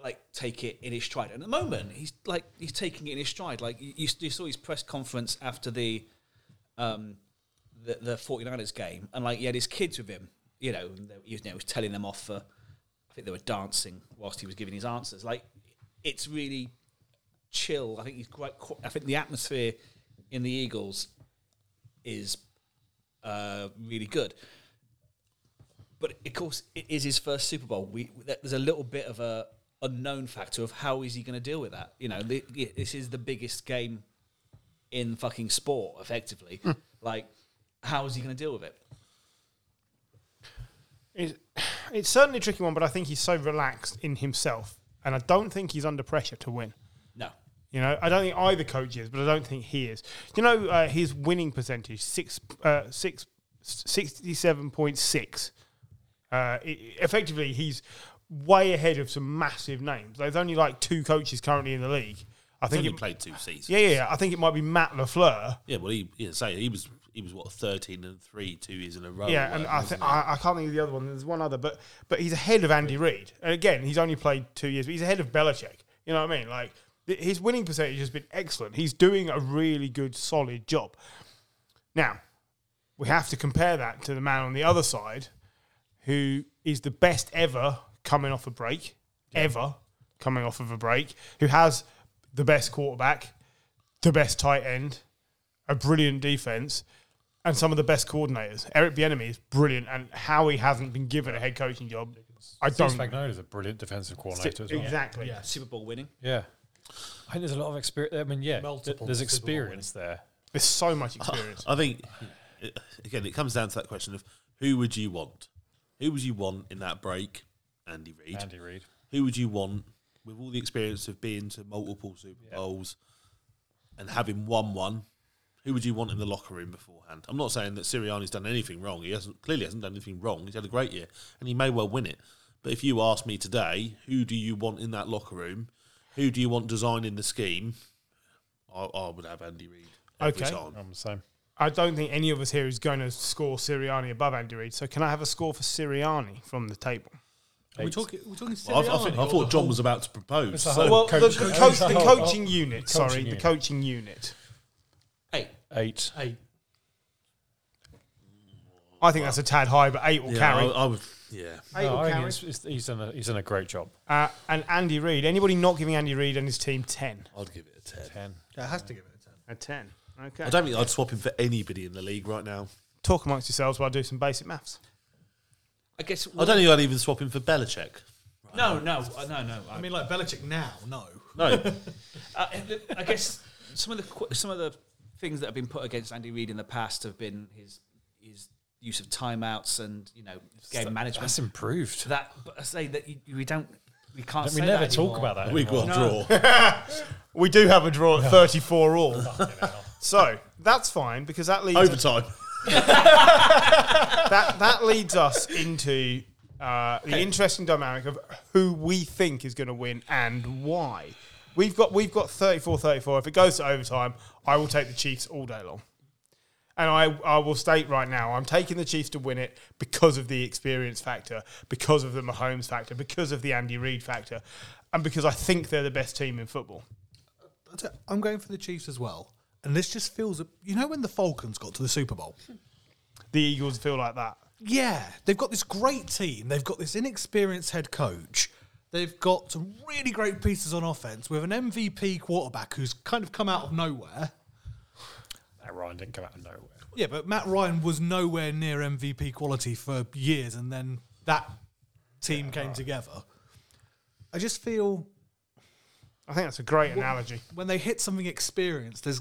like take it in his stride. And at the moment, he's like he's taking it in his stride. Like you, you s- you saw his press conference after the um, the, the 49ers game, and like he had his kids with him. You know, and they- he was, you know, he was telling them off for. I think they were dancing whilst he was giving his answers. Like it's really chill. I think he's quite. qu- I think the atmosphere in the Eagles is uh, really good. But of course, it is his first Super Bowl. We there's a little bit of a unknown factor of how is he going to deal with that. You know, the, yeah, this is the biggest game in fucking sport, effectively.
Hmm.
like, how is he going to deal with it?
It's, <sighs> it's certainly a tricky one, but I think he's so relaxed in himself, and I don't think he's under pressure to win.
No,
You know, I don't think either coach is, but I don't think he is. You know, uh, his winning percentage six uh, six sixty seven point six. Uh, i effectively, he's way ahead of some massive names. There's only like two coaches currently in the league. I
I
think
think he
it,
played two seasons.
yeah, yeah, yeah. I think it might be Matt Lafleur.
Yeah, well, he yeah, say he was he was what thirteen and three two years in a row.
Yeah, and I, th- I I can't think of the other one. There's one other, but but he's ahead of Andy Reid. And again, he's only played two years, but he's ahead of Belichick. You know what I mean? Like th- his winning percentage has been excellent. He's doing a really good, solid job. Now we have to compare that to the man on the other side, who is the best ever coming off a break, ever coming off of a break, who has the best quarterback, the best tight end, a brilliant defense, and some of the best coordinators. Eric Bieniemy is brilliant, and how he hasn't been given a head coaching job, I
Steve
don't
Spagnuolo is a brilliant defensive coordinator as well.
exactly.
Super Bowl winning.
Yeah. I think there's a lot of experience. I mean, yeah, th-
Multiple
there's
Super Bowl
experience there.
There's so much experience.
<laughs>
I think uh, again it comes down to that question of who would you want? Who would you want in that break? Andy Reid.
Andy Reid.
Who would you want with all the experience of being to multiple Super Bowls and having won one, who would you want in the locker room beforehand? I'm not saying that Sirianni's done anything wrong. He hasn't clearly hasn't done anything wrong. He's had a great year and he may well win it. But if you ask me today, who do you want in that locker room? Who do you want designing the scheme? I, I would have Andy Reid every
Okay.
time.
I'm the same.
I don't think any of us here is going to score Sirianni above Andy Reid. So can I have a score for Sirianni from the table?
Are we talking, are we talking
I, I, thought- I
Sirianni or
thought
the
John
whole-
was about to propose.
the
So
whole-
Well, the,
Coach-
the,
coach-
coach, <laughs> the
coaching
coaching unit. sorry,
unit.
the coaching unit.
Eight.
Eight.
Eight.
I think that's a tad high, but eight will
yeah,
carry.
I, I would, yeah.
eight
No,
will
I think
carry.
it's, it's, he's, done a, he's done a great job.
Uh, and Andy Reid. Anybody not giving Andy Reid and his team ten?
I'd give it a 10.
Ten.
Yeah, it has to give it a
A
10.
ten.
I
Okay.
don't think I'd swap him for anybody in the league right now.
Talk amongst yourselves while I do some basic maths.
I guess.
I don't think I'd even swap him for Belichick.
No, no, uh, no, no.
I mean, like Belichick now, no.
No,
Uh, I guess some of the qu- some of the things that have been put against Andy Reid in the past have been his his use of timeouts and you know game management.
That's improved.
That but I say that you, we don't we can't.
we
say
never
that
talk
anymore.
about that.
we
anymore.
got a draw. <laughs>
We do have a draw <laughs> at thirty-four all. so that's fine because that leads
Overtime.
that that leads us into uh, the interesting dynamic of who we think is going to win and why. We've got we've got 34-34. If it goes to overtime, I will take the Chiefs all day long. And I, I will state right now, I'm taking the Chiefs to win it because of the experience factor, because of the Mahomes factor, because of the Andy Reid factor, and because I think they're the best team in football.
That's it. I'm going for the Chiefs as well. And this just feels, a- you know, when the Falcons got to the Super Bowl?
The Eagles feel like that.
Yeah, they've got this great team. They've got this inexperienced head coach. They've got some really great pieces on offense with an MVP quarterback who's kind of come out of nowhere.
That Ryan didn't come out of nowhere.
Yeah, but Matt Ryan was nowhere near MVP quality for years, and then that team came together. I just feel
I think that's a great analogy.
when they hit something experienced, there's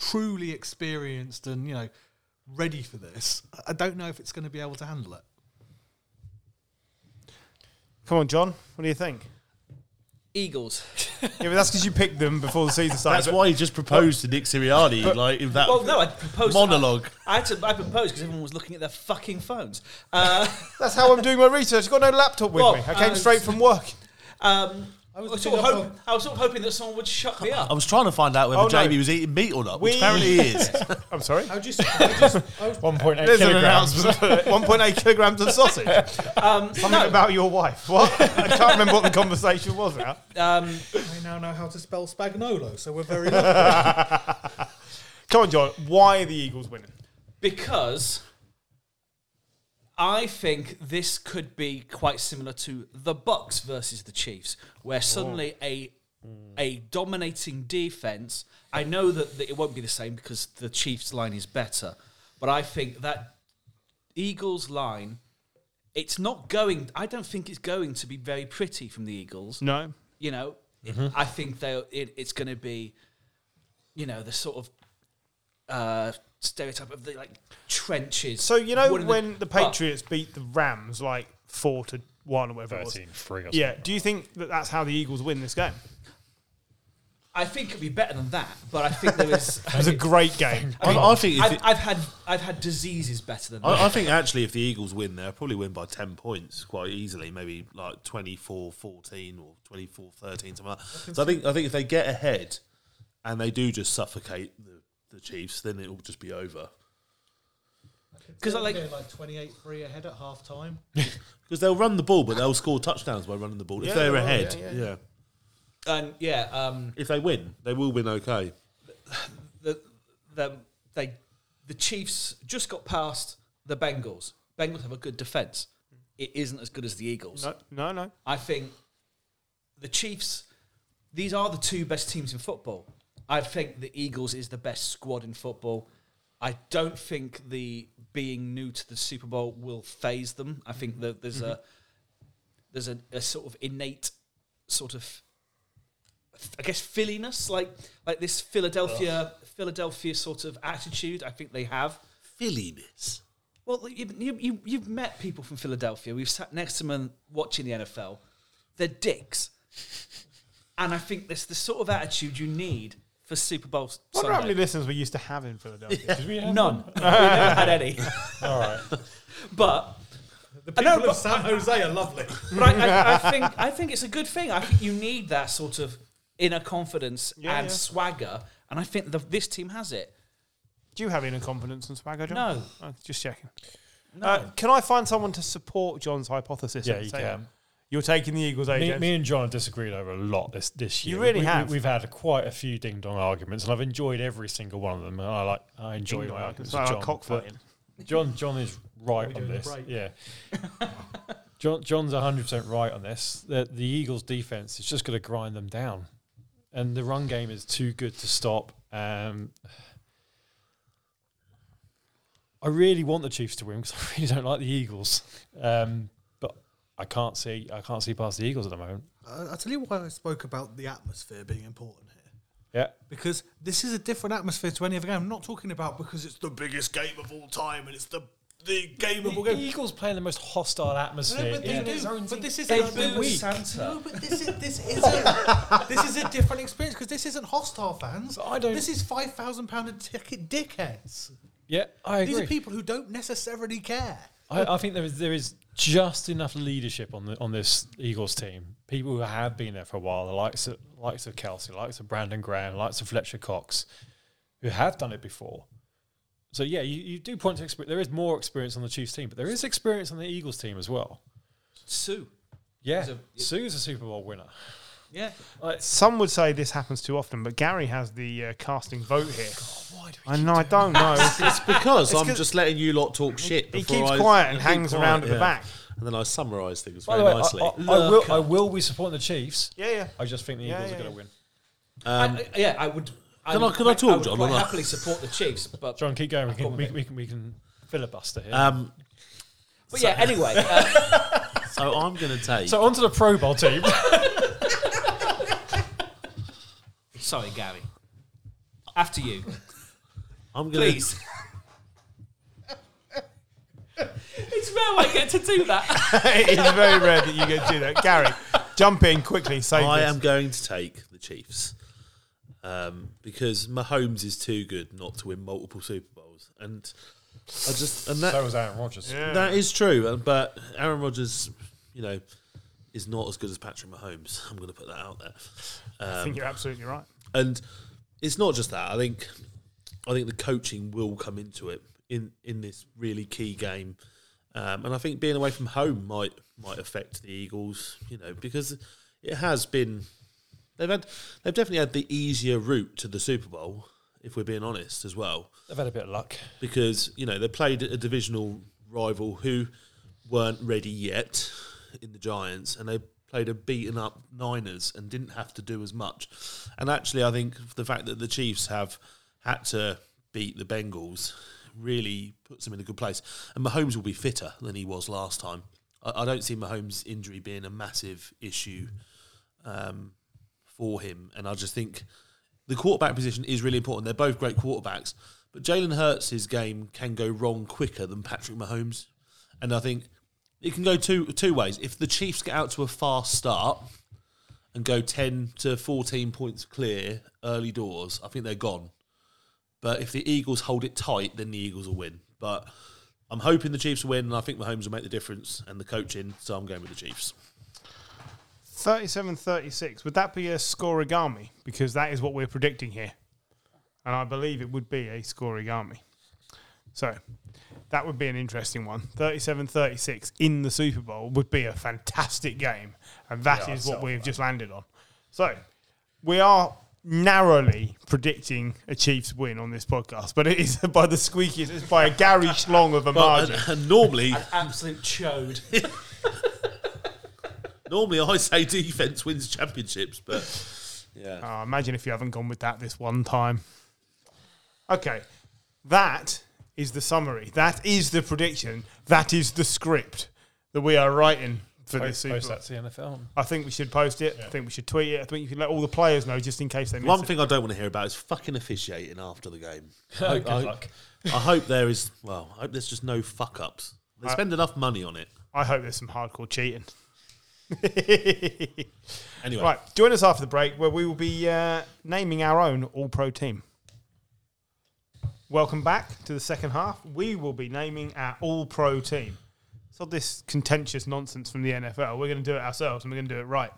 truly experienced and you know ready for this. I- I don't know if it's going to be able to handle it.
Come on, John. What do you think?
Eagles.
Yeah, but that's because you picked them before the season started.
That's why he just proposed to Nick Sirianni, like in that
well, no, I proposed
monologue.
I, I had to. I proposed because everyone was looking at their fucking phones. Uh,
That's how I'm doing my research. I've got no laptop with
Well,
me. I came
uh,
straight from work.
um, I, was
was
sort of
looking
hope, I was sort of hoping that someone would shut
<laughs>
me up.
I was trying to find out whether
Oh, no.
Jamie was eating meat or not, which
We-
apparently he
<laughs>
is.
I'm sorry.
I just, I just <laughs>
One point eight
There's an
kilograms.
announcement. 1.8 kilograms of sausage. Something about your wife. What? I can't remember what the conversation was now.
Um,
I now know how to spell Spagnolo, so we're <laughs> very lucky.
Come on, John. Why are the Eagles winning?
because I think this could be quite similar to the Bucks versus the Chiefs, where suddenly
Oh.
a a dominating defense. I know that, that it won't be the same because the Chiefs line is better, but I think that Eagles line. It's not going. I don't think it's going to be very pretty from the Eagles
No. Mm-hmm.
you know, it, I think they it, it's going to be, you know, the sort of uh, stereotype of the like trenches.
So, you know,
One of
when the
but
Patriots beat the Rams like 4 to 1 or whatever it was?
13 free or something.
Yeah. Do you think that that's how the Eagles win this game?
I think it'd be better than that, but I think
<laughs>
there is.
It was a great game.
I, I think. If
I've,
it,
I've had I've had diseases better than that.
I, I think actually, if the Eagles win, they'll probably win by ten points quite easily, maybe like 24-14 or 24-13, something like that. So I think I think if they get ahead and they do just suffocate the, the Chiefs, then it will just be over.
'Cause I like-
They're like 28 3 ahead at half time.
Because they'll run the ball, but they'll score touchdowns by running the ball if they're
well,
ahead.
yeah,
yeah.
and yeah, um,
If they win, they will win. Okay.
the, the they the Chiefs just got past the Bengals. Bengals have a good defense. It isn't as good as the Eagles.
No, no, no.
I think the Chiefs, these are the two best teams in football. I think the Eagles is the best squad in football. I don't think the being new to the Super Bowl will phase them. I think that there's a there's a, a sort of innate sort of I guess filliness, like like this Philadelphia Philadelphia sort of attitude. I think they have.
Philliness.
Well, like, you, you, you, you've met people from Philadelphia. We've sat next to them and watching the NFL. They're dicks. And I think that's the sort of attitude you need for Super Bowl
wonder how many
Sunday.
listeners we used to have in Philadelphia.
Did we have
<laughs>
None. we never had any.
All right.
But
The
I know,
people
but-
of San Jose are lovely.
But I, I, I think I think it's a good thing. I think you need that sort of inner confidence
Yeah,
and
yeah.
swagger, and I think the, this team has it.
Do you have inner confidence and swagger, John?
No.
Oh, just checking. Uh, can I find someone to support John's hypothesis?
Yeah,
and
you
say
can.
that? You're taking the Eagles,
Me,
AJ.
me and John have disagreed over a lot this this
You
year.
really
we,
have.
We, have had quite a few ding dong arguments, and I've enjoyed every single one of them. And I like I enjoy my arguments.
it's
with
like
John,
cockfighting.
but John John is right on
doing the
this.
break?
Yeah. <laughs> John John's hundred percent right on this. That the Eagles' defense is just going to grind them down, and the run game is too good to stop. Um, I really want the Chiefs to win because <laughs> I really don't like the Eagles, um, but I can't see I can't see past the Eagles at the moment.
I- I'll tell you why I spoke about the atmosphere being important here.
Yeah.
Because this is a different atmosphere to any other game. I'm not talking about because it's the biggest game of all time and it's the, the game of all
The
games.
Eagles play in the most hostile atmosphere.
No, but they
yeah.
do. But this is
They
another
boo
week.
Santa.
No, but this is this is <laughs> a, this is a different experience because this isn't hostile fans.
But I don't-
This is five thousand pound a ticket dickheads.
Yeah, I
These are
agree.
people who don't necessarily care.
I, I think there is there is just enough leadership on the on this Eagles team. People who have been there for a while, the likes of likes of Kelsey, likes of Brandon Graham, likes of Fletcher Cox, who have done it before. So yeah, you, you do point to experience. There is more experience on the Chiefs team, but there is experience on the Eagles team as well.
Sue.
Yeah,
There's a-
Sue's a Super Bowl winner.
Yeah.
Some would say this happens too often, but Gary has the uh, casting vote here.
Why do
I know, I don't know.
It's because I'm
'cause-
just letting you lot talk shit.
he
before
keeps
I-
quiet and
I keep
hangs around at the back.
and then I summarise things
By the
very
way, I-
nicely.
I, I will I will be supporting the Chiefs.
yeah, yeah.
I just think the
Yeah,
Eagles
yeah,
are
yeah.
going to win.
I, I- yeah, I would. I
Can I-
would
can I
quite-
talk,
would
John,
quite
or not?
happily support the Chiefs, but
John, keep going. We
I've
can
got
we,
it.
we can we
<laughs>
can filibuster here.
um,
but yeah. Anyway, uh,
<laughs> so I'm going to take.
so onto the Pro Bowl <laughs> team.
sorry, Gary. After you,
I'm going to.
please. it's rare I get to do that.
<laughs> it's very rare that you get to do that. Gary, jump in quickly. Save
I
this.
am going to take the Chiefs um, because Mahomes is too good not to win multiple Super Bowls, and I just and that
so was Aaron Rodgers.
that is true. and- But Aaron Rodgers, you know, is not as good as Patrick Mahomes. <laughs> I'm going to put that out there. Um,
I think you're absolutely right.
and it's not just that. I think I think the coaching will come into it in in this really key game, um, and I think being away from home might might affect the Eagles. You know, because it has been they've had they've definitely had the easier route to the Super Bowl, if we're being honest as well,
They've had a bit of luck.
because you know they played a divisional rival who weren't ready yet in the Giants, and they played a beaten up Niners and didn't have to do as much. And actually, I think the fact that the Chiefs have had to beat the Bengals really puts them in a good place. And Mahomes will be fitter than he was last time. I, I don't see Mahomes' injury being a massive issue um, for him, and I just think the quarterback position is really important. They're both great quarterbacks, but Jalen Hurts' game can go wrong quicker than Patrick Mahomes, and I think it can go two two ways. If the Chiefs get out to a fast start and go ten to fourteen points clear early doors, I think they're gone. But if the Eagles hold it tight, then the Eagles will win. But I'm hoping the Chiefs will win, and I think Mahomes will make the difference and the coaching. So I'm going with the Chiefs.
37 36. Would that be a scorigami? Because that is what we're predicting here. And I believe it would be a scorigami. So that would be an interesting one. 37 36 in the Super Bowl would be a fantastic game. And that is
Yeah, I'd
what
sell
we've just landed on. So we are narrowly predicting a Chiefs win on this podcast, but it is <laughs> by the squeakiest, it's by a Gary Schlong of a
But
margin.
and, and normally, <laughs>
Absolute chode.
Normally, I say defense wins championships, but yeah,
Oh, imagine if you haven't gone with that this one time. Okay, that is the summary. That is the prediction. That is the script that we are writing for this
Post,
Super
post
Bowl.
that to the NFL. <laughs>
I think we should post it. I think we should tweet it. I think you can let all the players know just in case they miss
one
it.
thing I don't want to hear about is fucking officiating after the game. I,
Oh, <laughs>
hope-
good
I,
luck.
I hope there is. Well, I hope there's just no fuck ups. They spend enough money on it.
I hope there's some hardcore cheating. <laughs>
Anyway,
Right, join us after the break where we will be uh, naming our own All Pro team. Welcome back to the second half. We will be naming our All Pro team. It's not this contentious nonsense from the NFL. We're going to do it ourselves and we're going to do it right.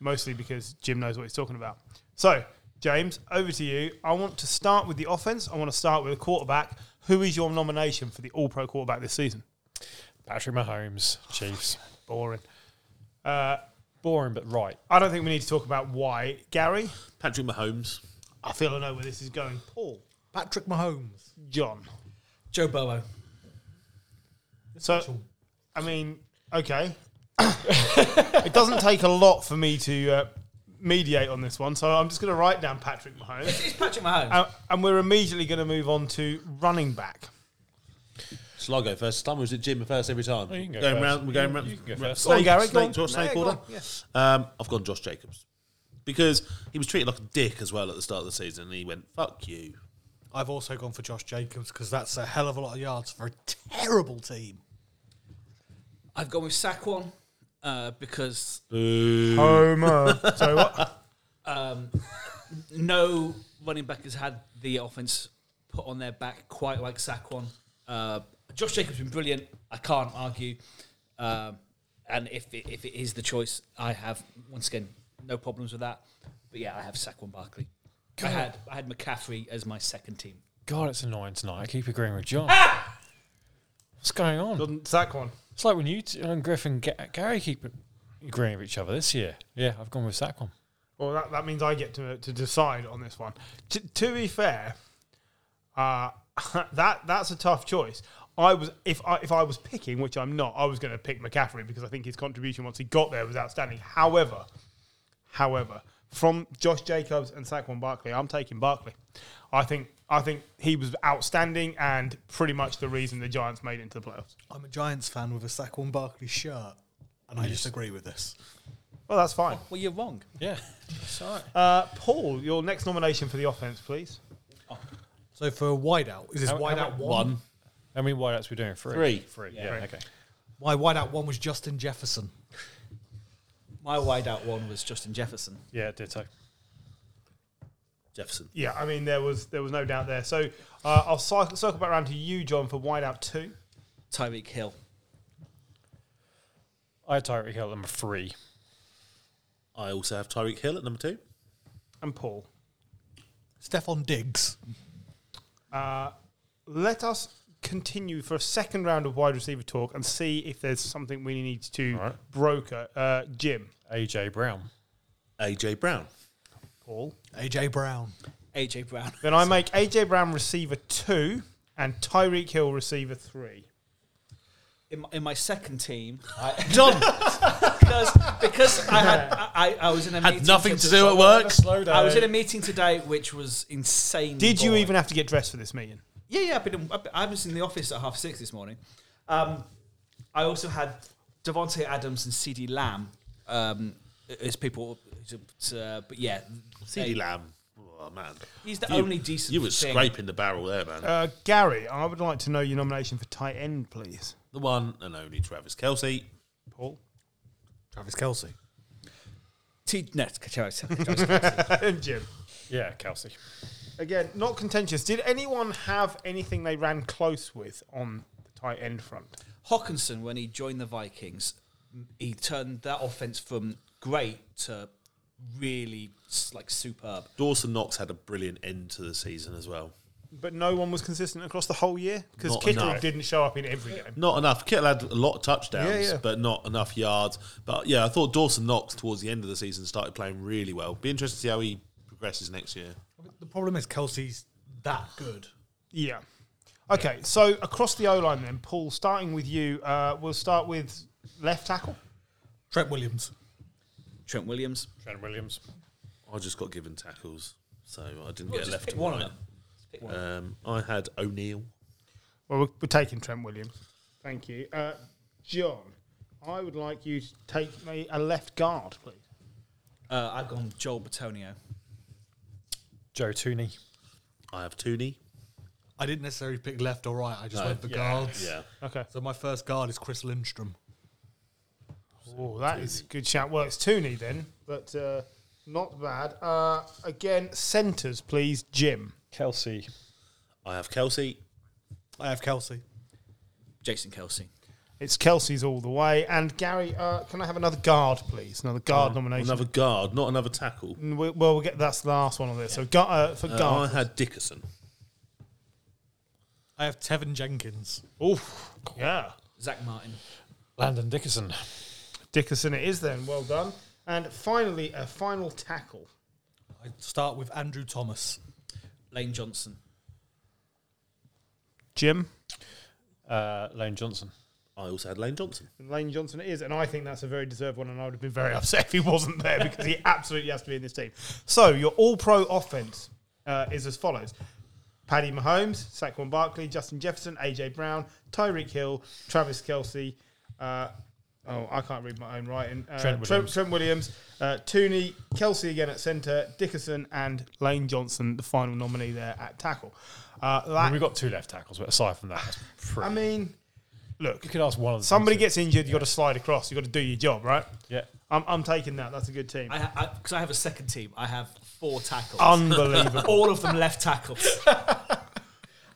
Mostly because Jim knows what he's talking about. So, James, over to you. I want to start with the offense. I want to start with the quarterback. Who is your nomination for the All Pro quarterback this season?
Patrick Mahomes, Chiefs.
Boring. Uh,
Boring, but right.
I don't think we need to talk about why. Gary?
Patrick Mahomes.
I feel I know where this is going. Paul,
Patrick Mahomes.
John.
Joe Burrow.
So, I mean, okay. <coughs> it doesn't take a lot for me to uh, mediate on this one, so I'm just going to write down Patrick Mahomes.
It's Patrick Mahomes.
Um,
and, and we're immediately going to move on to running back.
Shall I go first? Time or is it Jim first every time?
you can go
going
first.
round. We're going round.
You can go first.
Go on,
Snake,
Gary, go on.
snake, George,
No,
snake
go
order.
on,
Um, I've gone Josh Jacobs because he was treated like a dick as well at the start of the season, and he went "fuck you."
I've also gone for Josh Jacobs because that's a hell of a lot of yards for a terrible team.
I've gone with Saquon uh, because
Homer. <laughs> so what?
no running back has had the offense put on their back quite like Saquon. Uh, Josh Jacobs has been brilliant. I can't argue. Um, and if it, if it is the choice, I have once again no problems with that. But yeah, I have Saquon Barkley. I had I had McCaffrey as my second team.
God, it's annoying tonight. I keep agreeing with <laughs> John. What's going on?
Doesn't sack one.
It's like when you t- and Griffin Ga- Gary keep agreeing with each other this year. Yeah, I've gone with Saquon.
Well, that, that means I get to, to decide on this one. T- to be fair, uh, <laughs> that that's a tough choice. I was if I if I was picking, which I'm not, I was going to pick McCaffrey because I think his contribution once he got there was outstanding. However, however, from Josh Jacobs and Saquon Barkley, I'm taking Barkley. I think I think he was outstanding and pretty much the reason the Giants made it into the playoffs.
I'm a Giants fan with a Saquon Barkley shirt, and I disagree with this.
Well, that's fine.
Well, you're wrong.
Yeah.
Sorry.
Oh.
Uh, Paul, your next nomination for the offense, please.
So for wideout, is this
How- how
wideout
about
one?
How many wideouts we doing? Three.
Three.
Three. Yeah.
Three.
Okay.
My wideout one was Justin Jefferson.
My wideout one was Justin Jefferson.
Yeah. Ditto.
Jefferson.
Yeah, I mean there was there was no doubt there. So uh, I'll cycle, circle back around to you, John, for wideout two.
Tyreek Hill.
I had Tyreek Hill at number three.
I also have Tyreek Hill at number two.
and Paul.
Stefan Diggs.
Uh, Let us continue for a second round of wide receiver talk and see if there's something we need to
All right.
broker. Uh, Jim,
AJ Brown.
AJ Brown.
Paul.
AJ Brown.
AJ Brown.
Then I make AJ Brown receiver two and Tyreek Hill receiver three.
In my, in my second team, <laughs> I,
John
because because I had I, I was in a
had
meeting
nothing to
today-
do at work.
Slow
I was in a meeting today which was insane.
Did you even have to get dressed for this meeting?
Yeah, yeah. I've been in, I've been- I was in the office at half six this morning. Um, I also had Devonte Adams and CD Lamb um, as people. Uh, but yeah,
CD
they-
Lamb. Oh man,
He's the
You-
only decent.
You were
thing.
scraping the barrel there, man.
Uh, Gary, I would like to know your nomination for tight end, please.
the one and only Travis Kelsey.
Paul <laughs>
Travis Kelsey.
T- no, it's- it's- it's-
and Jim.
Yeah, Kelsey.
Again, not contentious. Did anyone have anything they ran close with on the tight end front?
Hawkinson, when he joined the Vikings, he turned that offense from great to really s- like superb.
Dawson Knox had a brilliant end to the season as well.
But no one was consistent across the whole year because
Not
Kittle
enough.
didn't show up in every game.
Not enough. Kittle had a lot of touchdowns,
Yeah, yeah.
but not enough yards. But yeah, I thought Dawson Knox towards the end of the season started playing really well. Be interested to see how he progresses next year.
The problem is Kelsey's that good.
Yeah. Okay, so across the O line then, Paul, starting with you, uh, we'll start with left tackle.
Trent Williams.
Trent Williams.
Trent Williams.
I just got given tackles, so I didn't
Well,
get
just
left
pick
or
one of
right.
them. Uh,
Um, I had O'Neill.
Well, we're, we're taking Trent Williams. Thank you. Uh, John, I would like you to take me a left guard, please.
Uh, I've gone Joel Batonio.
Joe Tooney.
I have Tooney.
I didn't necessarily pick left or right. I just went for
yeah,
guards.
Yeah.
Okay.
So my first guard is Chris Lindstrom.
Oh, that is a good shout. Well, it's Tooney then, but uh, not bad. Uh, again, centres, please, Jim.
Kelsey.
I have Kelsey.
I have Kelsey.
Jason Kelsey.
It's Kelsey's all the way. And Gary, uh, can I have another guard, please? Uh, Another guard nomination.
Another guard, not another tackle.
And we- well, we'll get that's the last one on this. So gu- uh, for
Uh, I
guard,
had Dickerson.
I have Tevin Jenkins.
uh, Oof. yeah,
Zach Martin.
Landon Dickerson.
Dickerson it is then. Well done. And finally, a final tackle.
I start with Andrew Thomas.
Lane Johnson.
Jim
Uh, Lane Johnson.
I also had Lane Johnson.
and Lane Johnson it is, and I think that's a very deserved one. And I would have been very <laughs> upset if he wasn't
<laughs>
there because he absolutely has to be in this team. So your All-Pro offense uh, is as follows: Paddy Mahomes, Saquon Barkley, Justin Jefferson, AJ Brown, Tyreek Hill, Travis Kelsey. Uh, oh, I can't read my own writing. Uh,
Trent Williams.
Trent, Williams uh, Tooney, Kelsey again at centre, Dickerson and Lane Johnson, the final nominee there at tackle. Uh,
I
that,
mean, we've got two left tackles, but aside from that, that's pretty.
I mean, look,
you could ask one of the
somebody
two.
gets injured, you got to slide across, you got to do your job, right?
Yeah.
I'm, I'm taking that. That's a good team.
I because I, have a second team. I have four
<laughs>
tackles.
Unbelievable.
<laughs> All of them left tackles. <laughs>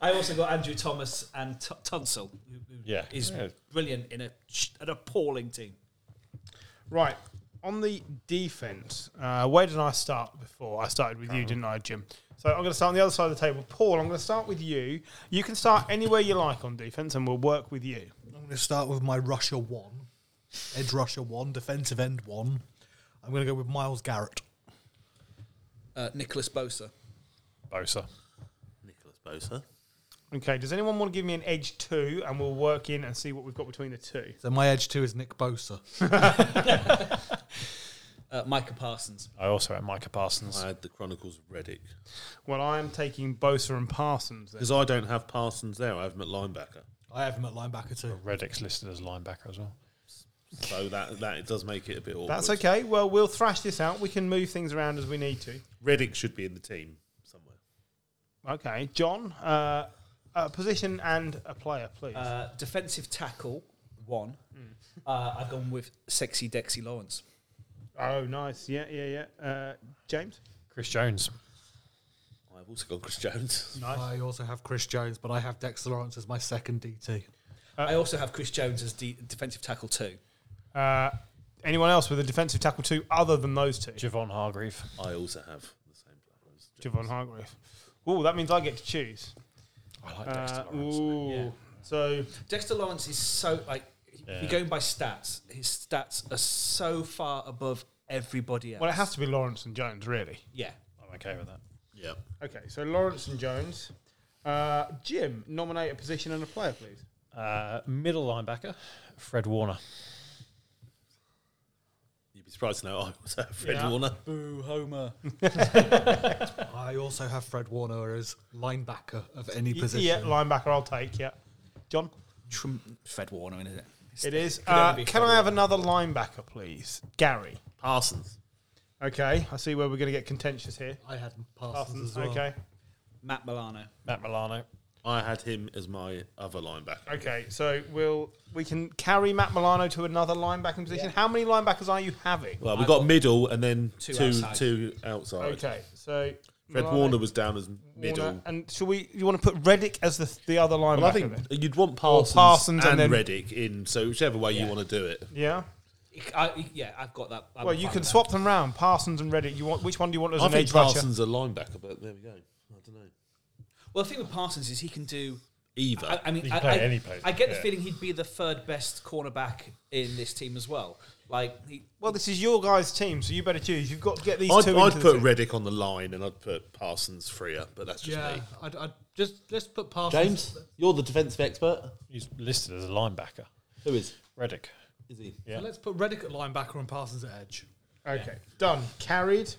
I also got Andrew Thomas and T- Tunsil, who, who
Yeah.
is
Yeah.
brilliant in a sh- an appalling team.
Right. On the defense, uh, where did I start before? I started with you, didn't I, Jim? So I'm going to start on the other side of the table. Paul, I'm going to start with you. You can start anywhere you like on defense, and we'll work with you.
I'm going to start with my Russia one, edge Russia one, defensive end one. I'm going to go with Miles Garrett.
Uh, Nicholas Bosa.
Bosa.
Nicholas Bosa.
Okay. Does anyone want to give me an edge two, and we'll work in and see what we've got between the two?
So my edge two is Nick Bosa.
Uh, Micah Parsons.
I also had Micah Parsons.
I had the Chronicles of Reddick.
Well, I am taking Bosa and Parsons. Then.
Because I don't have Parsons there, I have him at linebacker.
I have him at linebacker too.
Reddick's listed as linebacker as well.
So that that it does make it a bit awkward.
That's okay. Well, we'll thrash this out. We can move things around as we need to.
Reddick should be in the team somewhere.
Okay, John. Uh, a position and a player, please.
Uh, defensive tackle one.
Hmm.
Uh, I've gone with sexy Dexy Lawrence.
oh, nice. Yeah, yeah, yeah. Uh, James.
Chris Jones.
I've also got Chris Jones.
I also have Chris Jones, but I have Dexter Lawrence as my second DT.
I also have Chris Jones as de- defensive tackle two.
Uh, anyone else with a defensive tackle too, other than those two?
Javon Hargreave.
I also have the same player as Jones.
Javon Hargrave. Ooh, that means I get to choose.
I like
Uh,
Dexter Lawrence.
ooh. So
Dexter Lawrence is so like if you're going by stats, his stats are so far above everybody else.
well, it has to be Lawrence and Jones, really.
yeah.
I'm okay with that.
Yeah.
Okay, so Lawrence and Jones. Uh, Jim, nominate a position and a player, please.
Uh, middle linebacker, Fred Warner.
You'd be surprised to know I also have Fred
Yeah.
Warner.
Boo Homer.
Uh, I also have Fred Warner as linebacker of any
Y-
position.
Yeah, linebacker, I'll take. Yeah, John.
Trim- Fred Warner, isn't it? It's-
It is.
only
Uh,
be
can I have another linebacker, please, Gary?
Parsons.
Okay, I see where we're going to get contentious here.
I had Parsons
Parsons,
as well.
okay.
Matt Milano.
Matt Milano.
I had him as my other linebacker.
Okay, so we'll we can carry Matt Milano to another linebacking position. How many linebackers are you having?
Well, we got middle and then
Two
two two
outside.
outside.
Okay, so
Fred
Milano,
Warner was down as middle.
Warner, and should we? You want to put Reddick as the the other linebacker?
Well, I think
then?
you'd want Parsons,
Parsons and
and,
then-
Reddick in, so whichever way
Yeah.
you want to do it.
Yeah.
I, yeah, I've got that. I'm
Well, you
fine
can
with
swap them round. Parsons and Reddick. You want which one do you want as
I
an
think
edge rusher?
Parsons a linebacker, but there we go. I don't know.
that. Well, the thing with Parsons is he can do.
Either.
I, I mean,
He can
I,
play
I-
any place,
I get the
yeah.
feeling he'd be the third best cornerback in this team as well. Like he,
Well, this is your guys' team, so you better choose. You've got to get these
I'd,
two.
I'd
into the
put
team.
Reddick on the line and I'd put Parsons freer, but that's just
Yeah,
me.
I'd, I'd just let's put Parsons.
James, you're the defensive expert.
He's listed as a linebacker.
Who is?
Reddick.
Is he?
Yeah.
Let's put Reddick at linebacker and Parsons at edge.
Okay, done. Carried.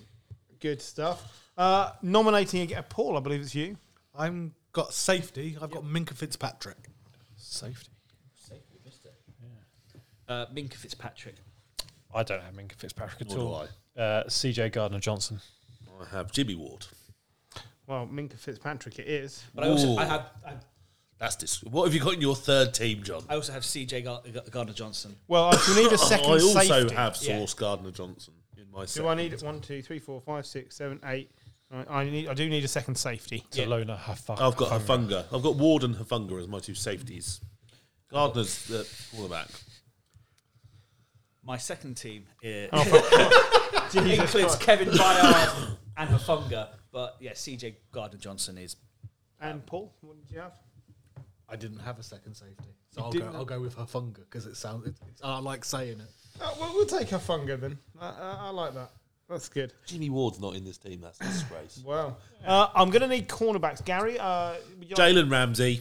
Good stuff. Uh, nominating again, Paul. I believe it's you.
I'm got safety. I've got Minka Fitzpatrick.
Safety.
uh, Minka Fitzpatrick.
I don't have Minka Fitzpatrick at
Nor do
all. Uh, CJ Gardner Johnson.
I have Jimmy Ward.
Well, Minka Fitzpatrick. It is.
But I also
Ooh.
I had I,
That's dis- What have you got in your third team, John?
I also have CJ Gar- Gar- Gardner Johnson.
Well, I we need
<coughs>
a second
I also
safety.
have
Yeah.
Source Gardner Johnson in my.
Do I need one, two, three, four, five, six, seven, eight? I I need. I do need a second safety.
So Lona Hafa-
I've got
Hafunga.
Hafunga. I've got Ward and Hafunga as my two safeties. Gardner's the quarterback.
My second team uh,
Oh,
<laughs>
<laughs> Jesus
includes
Christ.
Kevin
<laughs>
Byard and Hafunga. But yeah, CJ Gardner Johnson is.
And Paul, what did you have?
I didn't have a second safety, so I'll
didn't
go, I'll go with Hafunga because it sounds. It, it's, I like saying it.
Oh, well, we'll take Hafunga then. I, I, I like that. That's good.
Jimmy Ward's not in this team. That's a disgrace.
Wow. Uh, I'm going to need cornerbacks. Gary, uh, would you like-
Jalen Ramsey,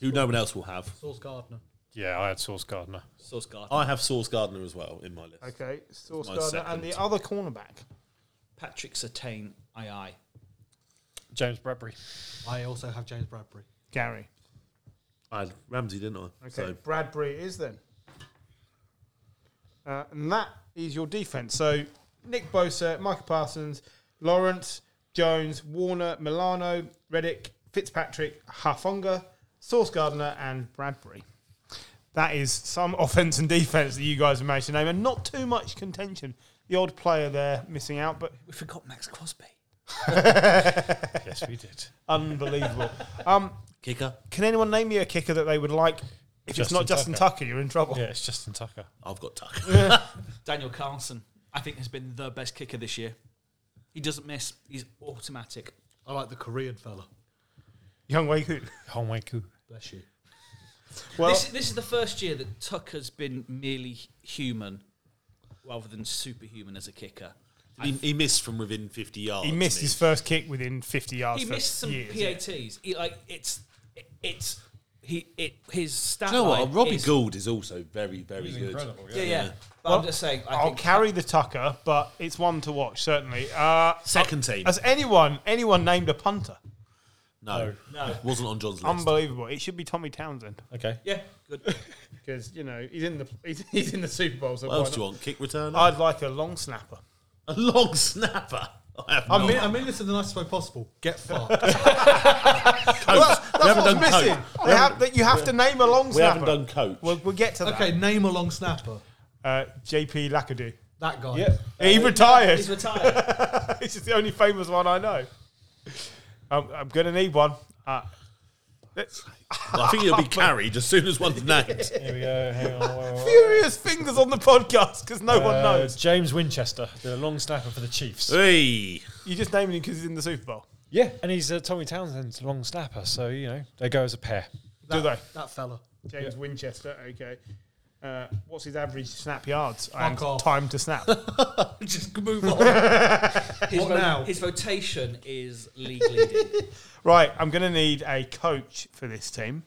who no one else will have.
Source Gardner.
Yeah, I had Source Gardner.
Source Gardner.
I have Source Gardner as well in my list.
Okay, Source
my
Gardner. And
second.
the other cornerback.
Patrick Sertain, II.
James Bradbury.
I also have James Bradbury.
Gary.
I had Ramsey, didn't I?
Okay,
So
Bradbury it is then. Uh, and that is your defense. So Nick Bosa, Michael Parsons, Lawrence, Jones, Warner, Milano, Reddick, Fitzpatrick, Hafunga, Source Gardner, and Bradbury. That is some <laughs> offense and defense that you guys have managed to name, and not too much contention. The odd player there missing out, but
We forgot Max Crosby.
Yes, we did.
unbelievable. um,
kicker.
can anyone name you a kicker that they would like? If it's
Justin
not Justin Tucker,
Tucker.
you're in trouble.
<laughs> Yeah, it's Justin Tucker.
I've got Tuck.
<laughs>
Daniel Carlson, I think, has been the best kicker this year. He doesn't miss. He's automatic.
I like the Korean fella.
Young Wei Koo.
Honweku.
Bless you.
Well,
this, this is the first year that Tucker's been merely human rather than superhuman as a kicker.
he, he missed from within 50 yards.
He missed
didn't
his first kick within 50 yards.
He
for
missed some
years, yeah.
PATs. He, like it's it- it's he it his stat.
Do you know
line
what? Robbie
is,
Gould is also very, very good.
Yeah, yeah. But I'm just saying. I
I'll
think
carry the Tucker, but it's one to watch, certainly. Uh,
Second team.
has anyone anyone named a punter?
No.
No.
Wasn't on John's list.
Unbelievable. It should be Tommy Townsend.
Okay.
Yeah, good.
Because, you know, he's in the he's, he's in the Super Bowl. So
what
why
else do you
not?
want? Kick returner?
I'd like a long snapper.
a long <laughs> snapper. I have
I
not.
mean, I mean this in the nicest way possible. Get fucked.
Well, that's
we
that's
haven't
what's
done Coke.
missing.
We
They
haven't-
have- you have to name a long
we
snapper.
haven't done coach.
We'll, we'll get to
okay, name a long snapper.
that. Uh, JP Lacadou.
That guy.
he retired.
He's retired.
<laughs> This is the only famous one I know. I'm, I'm going to need one. Uh,
I think <laughs> it'll be carried as soon as <laughs> one's named.
Here we go. Hang on. whoa,
<laughs>
whoa, whoa.
furious fingers on the podcast because no one
Uh,
knows.
James Winchester, the long snapper for the Chiefs.
hey.
You just named him because he's in the Super Bowl.
Yeah, and he's uh, Tommy Townsend's long snapper, so you know they go as a pair.
Do they?
That fella.
James Winchester. Okay. Uh, what's his average snap yards and
off.
time to <laughs> snap?
<laughs> Just move on.
<laughs> His,
What now?
his rotation is league leading.
right. I'm going to need a coach for this team.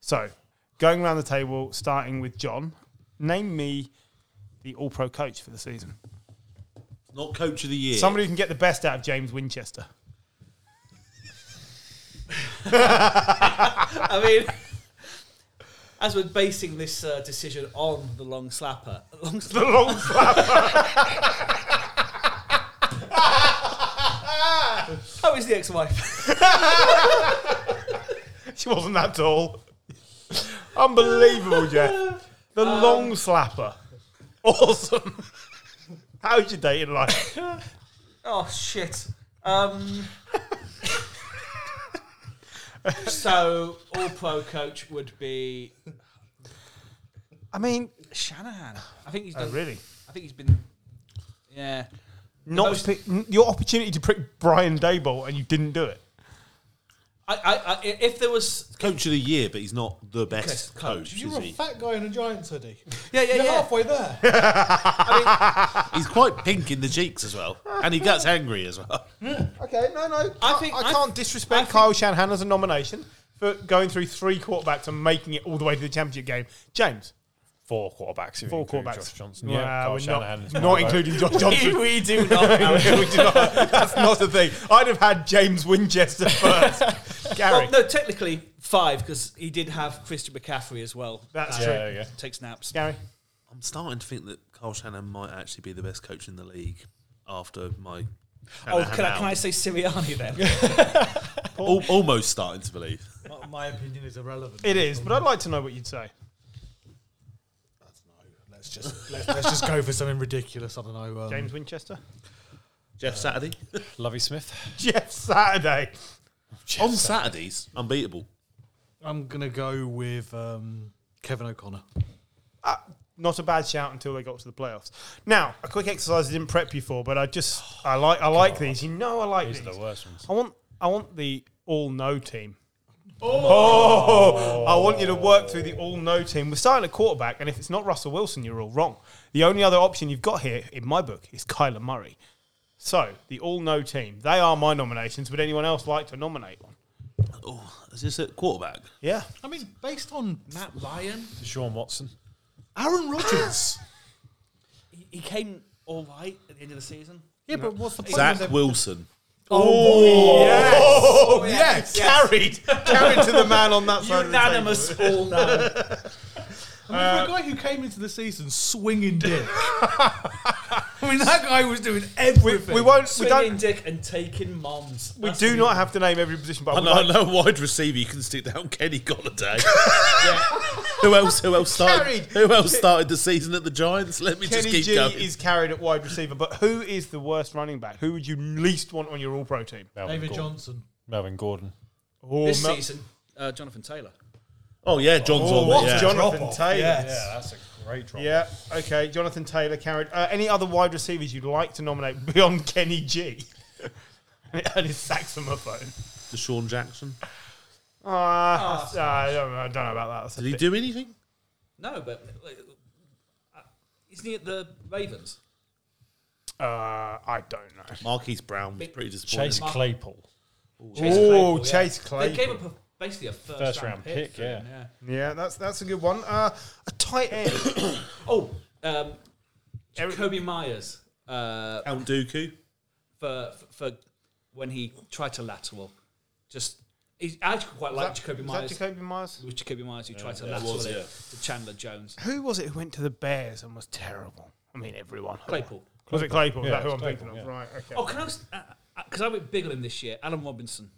So, going around the table, starting with John. Name me the All Pro coach for the season.
Not coach of the year.
Somebody who can get the best out of James Winchester.
I mean, <laughs> as we're basing this uh, decision on the long slapper, <laughs> long
The <laughs> long slap.
How is the ex-wife?
<laughs>
<laughs>
she wasn't that tall. Unbelievable, Jeff. The long slapper. Awesome. How's your dating life?
oh shit. Um, <laughs> so all pro coach would be
I mean,
Shanahan. I think he's
oh,
done,
really?
I think he's been. Yeah.
Not
most-
pick- n- your opportunity to pick Brian Dable and you didn't do it.
I, I, I if there was
coach of the year, but he's not the best
Okay, coach.
coach,
You're
is
a
he?
fat guy in a Giants hoodie.
yeah yeah
You're
yeah
halfway there.
He's quite pink in the cheeks as well. And he gets angry as <laughs> well.
Okay, no, no.
I think- I
can't
th-
disrespect
I think-
Kyle Shanahan as a nomination for going through three quarterbacks and making it all the way to the championship game. James,
Four quarterbacks. if
four
you include
quarterbacks.
Josh Johnson.
Wow,
Yeah, Kyle
we're
Shanahan is
not,
my
not
vote.
including Josh <laughs> Johnson.
we do not.
No, we do not. That's not a thing. I'd have had James Winchester <laughs> first. Gary.
Well, no, technically five because he did have Christian McCaffrey as well. Uh,
That's
Yeah,
true.
there you go.
Take snaps.
Gary.
I'm starting to think that Carl Shannon might actually be the best coach in the league after my.
Oh,
Shanahan
can I,
out.
can I say Sirianni then?
Al- almost starting to believe.
My, my opinion is irrelevant.
It is, but I'd like to know what you'd say.
Let's just let's, let's just go for something ridiculous. I don't know. Um,
James <laughs> Winchester?
Jeff <laughs> Saturday
Lovey Smith.
Jeff Saturday.
on Saturdays, unbeatable.
I'm gonna go with um, Kevin O'Connor.
Uh, Not a bad shout until they got to the playoffs. Now, a quick exercise I didn't prep you for, but I just I like I like these. You know I like
These
these.
are the worst ones.
I want I want the all no team. Oh. I want you to work through the all no team. We're starting at quarterback, and if it's not Russell Wilson, you're all wrong. The only other option you've got here, in my book, is Kyler Murray. So the all no team. They are my nominations. Would anyone else like to nominate one?
Oh, is this at quarterback?
Yeah.
I mean, based on
Matt Ryan,
Sean Watson.
Aaron Rodgers.
he, he came all right at the end of the season.
yeah, but what's the point? of
Zach
them-
Wilson.
Oh, yes. Carried. Carried to the man on that side.
Unanimous
<laughs>
all no.
I mean, for a guy who came into the season <laughs> swinging dick. I mean, that guy was doing everything.
We won't. We
Swinging
don't.
dick and taking moms.
We
That's
do
the-
not have to name every position, but
I
I would
know, I
like
know a wide receiver you can stick down Kenny <laughs> Golladay. Who else? Who else started?
Carried.
Who else started the season at the Giants? Let me just
Kenny
keep
G
going.
is carried at wide receiver, but who is the worst running back? Who would you least want on your All Pro team?
Melvin
David
Gordon.
Johnson.
Melvin Gordon.
Oh,
This
Mel-
season, uh, Jonathan Taylor.
oh yeah, John's
oh,
on
what's
there. Yeah.
Jonathan Taylor?
Yes.
that's a great drop.
Yeah. Okay. Jonathan Taylor carried. Uh, any other wide receivers you'd like to nominate beyond Kenny G? <laughs> and his saxophone.
Deshaun Jackson.
Uh, uh, I, don't, know- I don't know about that. That's a
Ah. Did he
bit-
do anything?
No, but like, uh, isn't he at the Ravens?
uh, I don't know.
Marquise Brown was pretty disappointing.
Chase Claypool.
Chase
Oh,
Claypool, yeah.
Chase Claypool.
They gave up a, basically a first,
First
round,
round
pick.
pick,
for
yeah.
him, yeah.
Yeah, that's that's a good one. Uh, a tight
<coughs>
end.
Oh, um,
Eric-
Kobe Myers uh,
Count Dooku.
for, for for when he tried to lateral. Just he's, I actually quite like Jacoby
was
Myers.
that Jacoby Myers?
It was Jacoby Myers who tried to
yeah, it
lateral
was,
it
yeah.
to Chandler Jones.
Who was it who went to the Bears and was terrible? I mean, everyone.
Claypool.
Was it Claypool? Is
Yeah,
that who
it's
I'm thinking
Claypool,
of? Right. Okay.
Oh, can I? Because uh, 'cause I went bigger than this year. Alan Robinson.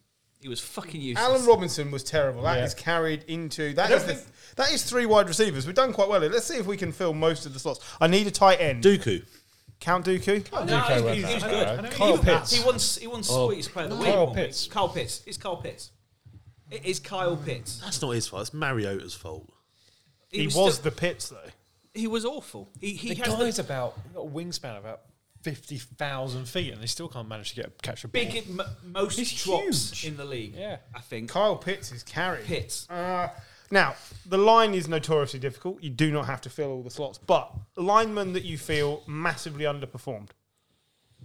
He was fucking useless.
Alan Robinson was terrible. That is
Yeah.
carried into that is the, that is three wide receivers. We've done quite well. here. Let's see if we can fill most of the slots. I need a tight end.
Dooku.
Count Dooku.
Oh, No,
DK
he-
went
he,
back.
was good.
Alright.
he,
Kyle
was-
Pitts.
He won. s- He won sweetest player of the week.
Kyle
one week.
Pitts.
Kyle Pitts. It's Kyle Pitts. It is Kyle Pitts.
That's not his fault. It's Mariota's fault.
He was,
still-
the Pitts though.
he was awful. He he
The
has the
guy's about he's got a wingspan of about fifty thousand feet, and they still can't manage to get catch a ball.
big m- most
He's
drops
huge.
in the league.
Yeah.
I think
Kyle Pitts is carried.
Pitts.
Uh, now the line is notoriously difficult. You do not have to fill all the slots, but linemen that you feel massively underperformed,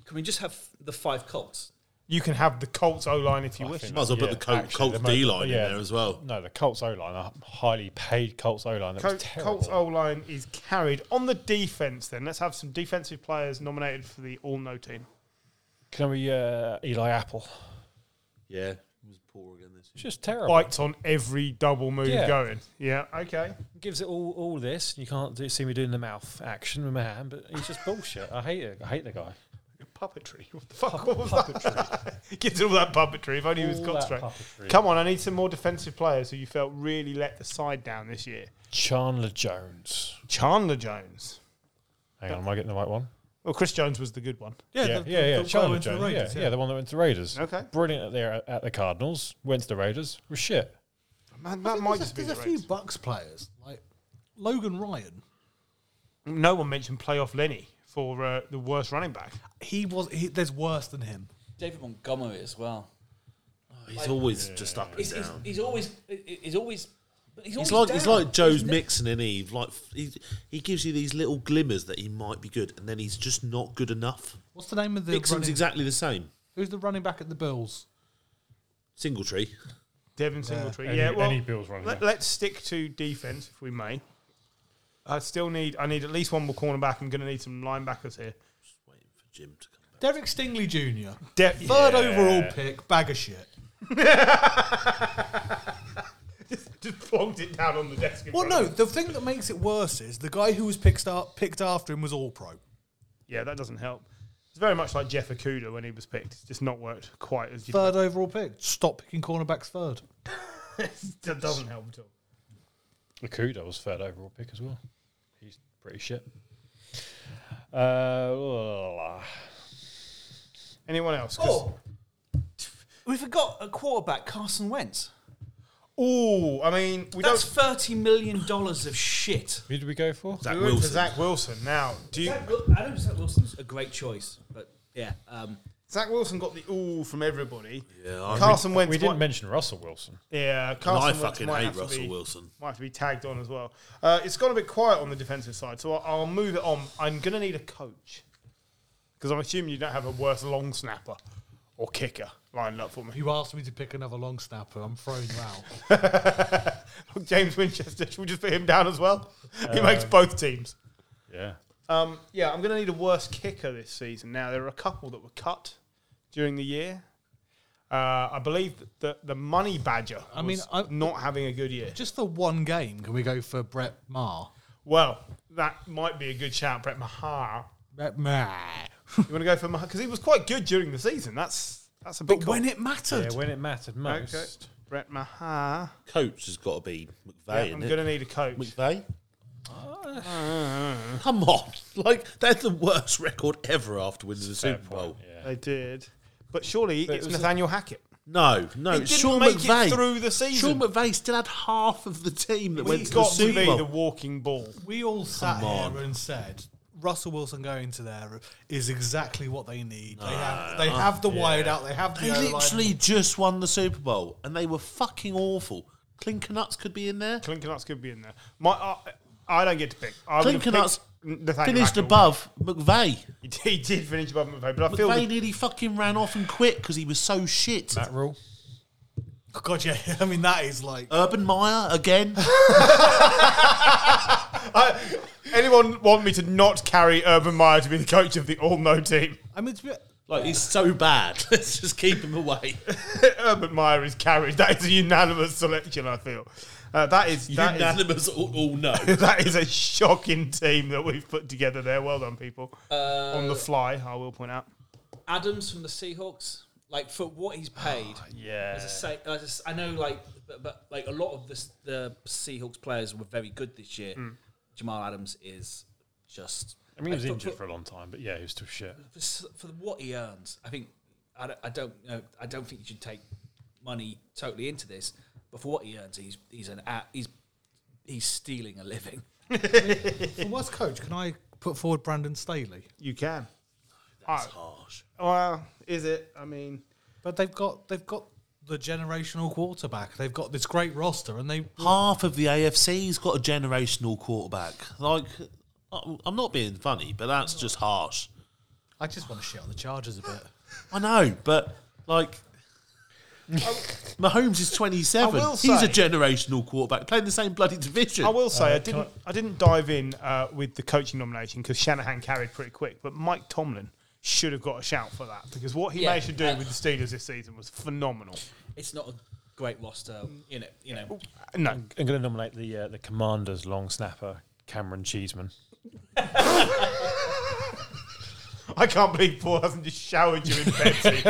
Can we just have the five Colts?
you can have the Colts O line if you
Oh, I
wish.
think
Might as well put
yeah,
the Col-
actually,
Colts
the mo-
D line
yeah.
in there as well.
No, the Colts O line, a highly paid Colts O line. That
Col-
was terrible.
Colts O line is carried on the defense. Then let's have some defensive players nominated for the All No team.
Can we uh, Eli Apple?
Yeah, he was poor again this
It's just terrible.
Bites on every double move
Yeah.
going. Yeah. Okay.
gives it all, all this, and you can't do, see me doing the mouth action with my hand, but he's just bullshit. I hate it. I hate the guy.
Puppetry. What the fuck? What was that? <laughs> Gives all that puppetry. If only he was
All that
concentrating.
puppetry.
Come on, I need some more defensive players who you felt really let the side down this year.
Chandler Jones.
Chandler Jones.
Hang on, am I getting the right one?
Well, Chris Jones was the good one.
Yeah,
yeah,
the-
yeah,
the-
yeah.
the guy
Chandler
went to the
Jones.
Raiders,
yeah, yeah, the one that went to the Raiders.
Okay.
Brilliant at there at the Cardinals. Went to the Raiders. Was shit.
Man, that might
there's
just
a,
be
there's
the
a few
Reds.
Bucks players like Logan Ryan.
No one mentioned playoff Lenny for uh, the worst running back.
He was. He, there's worse than him.
David Montgomery as well.
He's always just up and
He's,
down.
he's, he's always he's always. But he's,
He's like
always
he's
down.
like Joe's
ne-
Mixon and Eve. Like he, he gives you these little glimmers that he might be good, and then he's just not good enough.
What's the name of the
Mixon's
running,
exactly the same.
who's the running back at the Bills?
Singletree.
Devin Singletree.
Any-
yeah, well,
any Bills running
let,
back.
let's stick to defense if we may. I still need. I need at least one more cornerback. I'm going to need some linebackers here.
Waiting for Jim to come back.
Derek Stingley Jr.
De-
Third overall pick, bag of shit.
Just plonked it down on the desk. in
Well,
front
no,
of me.
the thing that makes it worse is the guy who was picked, up, picked after him was all pro.
Yeah, that doesn't help. It's very much like Jeff Okuda when he was picked. It's just not worked quite as you'd
Third overall pick. Stop picking cornerbacks third.
That doesn't help at all.
Lakuda was third overall pick as well. He's pretty shit. Uh,
Anyone else? 'Cause-
Oh, we forgot a quarterback, Carson Wentz.
Ooh, I mean, we
That's
don't.
thirty million dollars of shit.
who did we go for?
Zach
we went to
Wilson.
Zach Wilson now. Do you?
Zach Wil- I don't know if Zach Wilson's a great choice, but yeah, um,
Zach Wilson got the ooh from everybody.
Yeah, I,
Carson Wentz.
We didn't
might,
mention Russell Wilson.
yeah,
and
Carson
I
Wentz
fucking
might
hate
have to
Russell
be-
Wilson.
Might have to be tagged on as well. Uh, it's gone a bit quiet on the defensive side, so I'll, I'll move it on. I'm going to need a coach because I'm assuming you don't have a worse long snapper or kicker lined up for me. <laughs>
You asked me to pick another long snapper. I'm throwing you out. <laughs>
James Winchester, should we just put him down as well? he makes
Um,
both teams.
Yeah.
Um, yeah, I'm going to need a worse kicker this season. Now, there are a couple that were cut during the year. Uh, I believe that the, the money badger I
mean,
mean,
I-
not having a good year.
Just the one game. Can we go for Brett Maher?
Well, that might be a good shout, Brett Mahar.
Brett Maher.
You want to go for Mahar? Because he was quite good during the season. That's that's a big
But
call.
when it mattered.
Yeah, when it mattered most.
Okay. Brett Mahar.
Coach has got to be
Yeah,
McVay.
I'm
innit?
going to need a coach.
McVay. Come on, <laughs> like that's the worst record ever after winning the
Fair
Super
point,
Bowl.
yeah.
They did. But surely
But it
it's
was a-
Nathaniel Hackett.
No, no,
He didn't
Sean
make it
McVay
through the season.
Sean McVay still had half of the team that
We
went to the
got to
Super
be the
Bowl.
walking ball.
We all sat
on.
here and said Russell Wilson going to there is exactly what they need. They have they have the wide out. They have the
They
O-line.
literally just won the Super Bowl, and they were fucking awful. Clinker nuts could be in there.
Clinkernuts could be in there. My, I I don't get to pick. I would have
Clinkernuts
picked Nathaniel
finished
Hackett.
above McVay.
He did, <laughs> he did finish above McVay, but I feel
McVay
the,
nearly fucking ran off and quit because he was so shit.
Matt Rule.
God, yeah. <laughs> I mean, that is like
Urban Meyer
<laughs>
again.
anyone want me to not carry Urban Meyer to be the coach of the All No team? <laughs>
I mean, it's a bit-
like he's so bad. <laughs> Let's just keep him away.
Urban Meyer is carried. That is a unanimous selection. I feel uh, that is that <laughs> is
Unanimous, all, all no.
that is a shocking team that we've put together there. Well done, people. On
Uh,
the fly, I will point out.
Adams from the Seahawks, like for what
Ah,
he's paid.
Yeah,
As I say, as I s- I know, like, but, but like a lot of the, s- the Seahawks players were very good this year. Jamal Adams is just.
Mm. I mean, he was
for-
injured
for-
for a long time, but yeah, he was still shit.
for, s- for what he earns, I think I don't, I don't know. I don't think you should take money totally into this. But for what he earns, he's he's an a- he's he's stealing a living.
for worst coach. Can I put forward Brandon Staley?
you can. That's
Harsh.
Well, is it? I mean,
But they've got they've got the generational quarterback. They've got this great roster, and they
half of the AFC's got a generational quarterback. Like, I- I'm not being funny, but that's just harsh.
I just want to shit on the Chargers a bit.
I know, but like, Mahomes is
I will
27. He's
say-
a generational quarterback playing the same bloody division.
I will say I didn't I, didn't dive in uh, with the coaching nomination because Shanahan carried pretty quick, but Mike Tomlin should have got a shout for that because what he
Yeah.
managed to do
Uh,
with the Steelers this season was phenomenal.
It's not a great roster,
Mm.
you know. You know,
No,
I'm going to nominate the uh, the Commanders long snapper Cameron Cheeseman.
<laughs>
<laughs>
I can't believe Paul hasn't just showered you in Pepsi.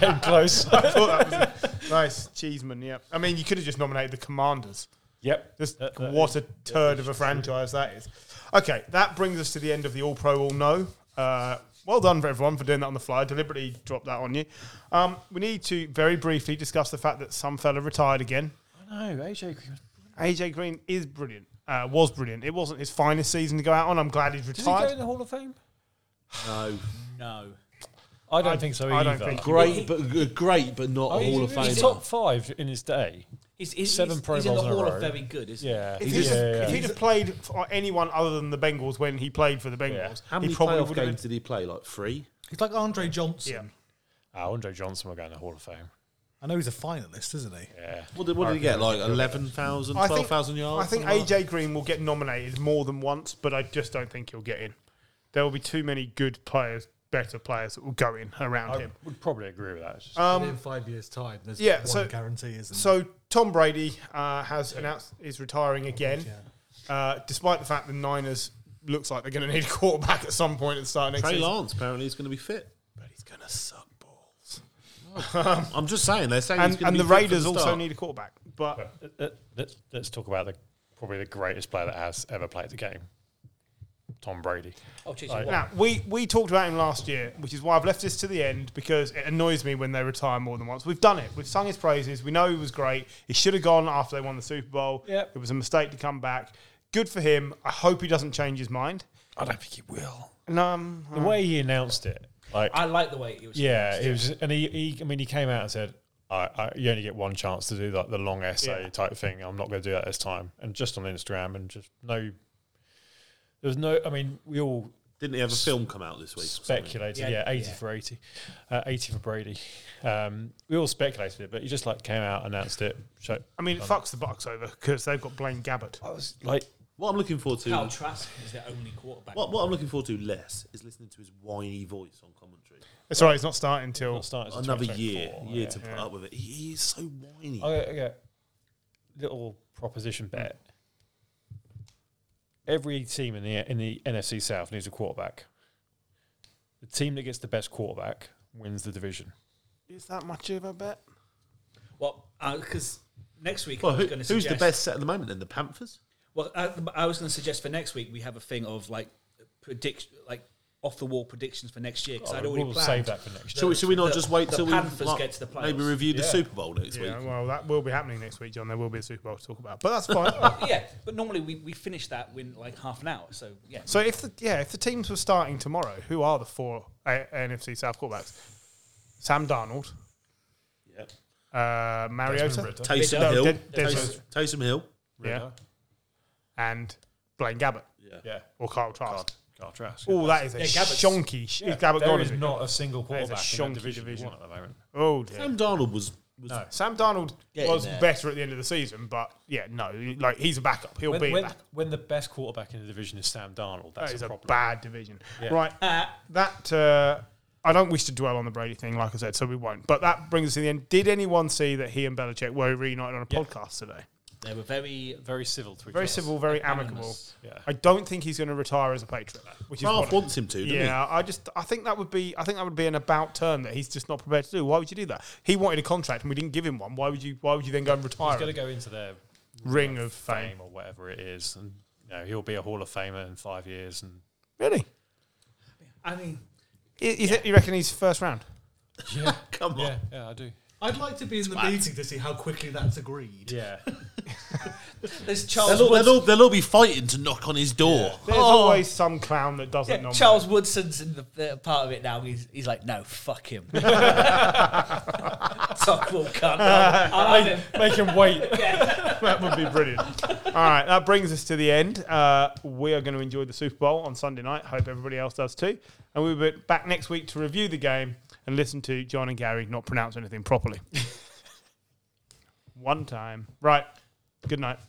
Getting close. <laughs>
I thought that was a- nice Cheeseman. Yeah, I mean you could have just nominated the Commanders.
yep.
Just
That- that
what a turd of a franchise that is. Okay, that brings us to the end of the All Pro All No. Uh, well done for everyone for doing that on the fly. I deliberately dropped that on you. Um, we need to very briefly discuss the fact that some fella retired again.
I know AJ Green.
AJ Green is brilliant. Uh, was brilliant. It wasn't his finest season to go out on. I'm glad he's
Does he go
retired.
in the Hall of Fame?
no.
no.
I don't
I-
think so either.
I don't think-
Great, but great, but not
Oh,
a
he's-
Hall of
he's
Fame.
top five in his day.
He's, he's,
Seven
he's,
Pro
he's in the
Bowls in a
Hall
row.
of Very Good, isn't
Yeah.
If,
He's-
he'd have-
yeah,
if
yeah.
he'd have played for anyone other than the Bengals when he played for the Bengals,
How
he
many
probably would
playoff
have been.
games did he play? Like three?
He's like Andre Johnson.
Yeah.
Ah, Andre Johnson will go in the Hall of Fame.
I know he's a finalist, isn't he?
Yeah.
What did, what did he get? Like 11,000,
I think-
12,000 yards?
I think
something like
AJ Green will get nominated more than once, but I just don't think he'll get in. There will be too many good players, better players that will go in around
I
him.
would probably agree with that. It's just-
Um, in five years' time, there's
yeah,
one
so-
guarantee, isn't there?
So Tom Brady uh, has announced is retiring again, uh, despite the fact the Niners looks like they're going to need a quarterback at some point at the start of next
Trey
season.
Lance apparently is going to be fit.
But he's going to suck balls.
<laughs> I'm just saying they're saying he's
Um, And,
gonna
and
be
the
fit for
Raiders
the
also
start.
need a quarterback. But
Let- let- Uh, Let's, let's talk about the probably the greatest player that has ever played the game, Tom Brady.
Oh, geez,
Like-
what?
now we we talked about him last year, which is why I've left this to the end because it annoys me when they retire more than once. We've done it. We've sung his praises. We know he was great. He should have gone after they won the Super Bowl.
Yep.
It was a mistake to come back. Good for him. I hope he doesn't change his mind.
I don't think he will.
And um,
The way he announced it, like
I like the way it was.
yeah, it was, and he, he I mean, he came out and said, I, I, "You only get one chance to do like the long essay
Yeah.
type thing. I'm not going to do that this time." And just on Instagram, and just no, there was no. I mean, we all
Didn't he have a film come out this week? or something?
speculated,
Yeah,
yeah, eighty
yeah.
for eighty, uh, eighty for Brady. Um, we all speculated it, but he just like came out, announced it. So
I mean, it fucks the Bucks over because they've got Blaine Gabbert.
I was like,
What I'm looking forward to.
Kyle Trask is their only quarterback.
What, what I'm looking forward to less is listening to his whiny voice on commentary.
It's all right. It's not starting until
not starting until
Another year,
2024,
year
yeah.
to put up with it. He, he is so whiny.
Okay, okay. Little proposition bet. Every team in the in the NFC South needs a quarterback. The team that gets the best quarterback wins the division.
is that much of a bet?
Well, because uh, next week
well,
I
who,
was going to
who's
suggest.
the best set at the moment? Then the Panthers.
Well, I, I was going to suggest for next week we have a thing of like predict like off the wall predictions for next year because I'd
we'll
already planned.
save that for next
Should we, should we not
the-
just wait
the
till
Panthers
we like,
get to the
maybe
playoffs.
review the
Yeah.
Super Bowl next
Yeah,
week?
well, that will be happening next week, John. There will be a Super Bowl to talk about, but that's <laughs> fine.
Yeah, but normally we, we finish that in like half an hour. So yeah,
so if the yeah, if the teams were starting tomorrow, who are the four A- NFC South quarterbacks? Sam Darnold,
Yep.
uh, Mariota,
Taysom
No,
Hill.
Des- Des-
Taysom, Taysom Hill.
yeah, and Blaine Gabbert
Yeah.
or Kyle Trask.
Carl Trask.
Oh, that is a
Yeah, Gabbert's-
shonky. Sh-
Yeah,
is Gabbert
there
gone?
is
is it?
not a single
That is a
quarterback in
shonky
the division,
division.
One at the moment.
Oh dear.
Sam Darnold was. was
No.
Sam Darnold
Get in
was
there.
better at the end of the season, but yeah, no, like he's a backup. He'll
When,
be a
when,
backup.
when the best quarterback in the division is Sam Darnold, that's
That is
a
a,
problem.
bad division.
Yeah.
Right. that uh, I don't wish to dwell on the Brady thing, like I said, so we won't. But that brings us to the end. Did anyone see that he and Belichick were reunited on a
Yeah.
podcast today?
they were very
very civil to each
Very
other.
civil, very amicable.
Anonymous.
Yeah.
I don't think he's going to retire as a Patriot, which is
Ralph
what
wants him to, doesn't he?
yeah, I just I think that would be I think that would be an about turn that he's just not prepared to do. Why would you do that? He wanted a contract and we didn't give him one. Why would you Why would you then go and retire?
He's going
him?
to go into their
Ring of fame.
fame or whatever it is, and you know he'll be a Hall of Famer in five years. And
Really?
I mean,
Is, is it, you reckon he's first round?
yeah,
Come on.
yeah, yeah, I do.
I'd like to be in the meeting to see how quickly that's agreed.
Yeah,
there's
They'll
Charles
all, they'll,
Woods,
all, they'll all be fighting to knock on his door.
There's always some clown that doesn't
yeah,
nominate.
Charles Woodson's in the, the part of it now. He's, he's like, no, fuck him. <laughs> Talk will cunt. I'll, I'll have him.
make him wait.
that would be brilliant. All right, that brings us to the end. Uh, we are going to enjoy the Super Bowl on Sunday night. Hope everybody else does too. And we'll be back next week to review the game and listen to John and Gary not pronounce anything properly. One time. Right. Good night.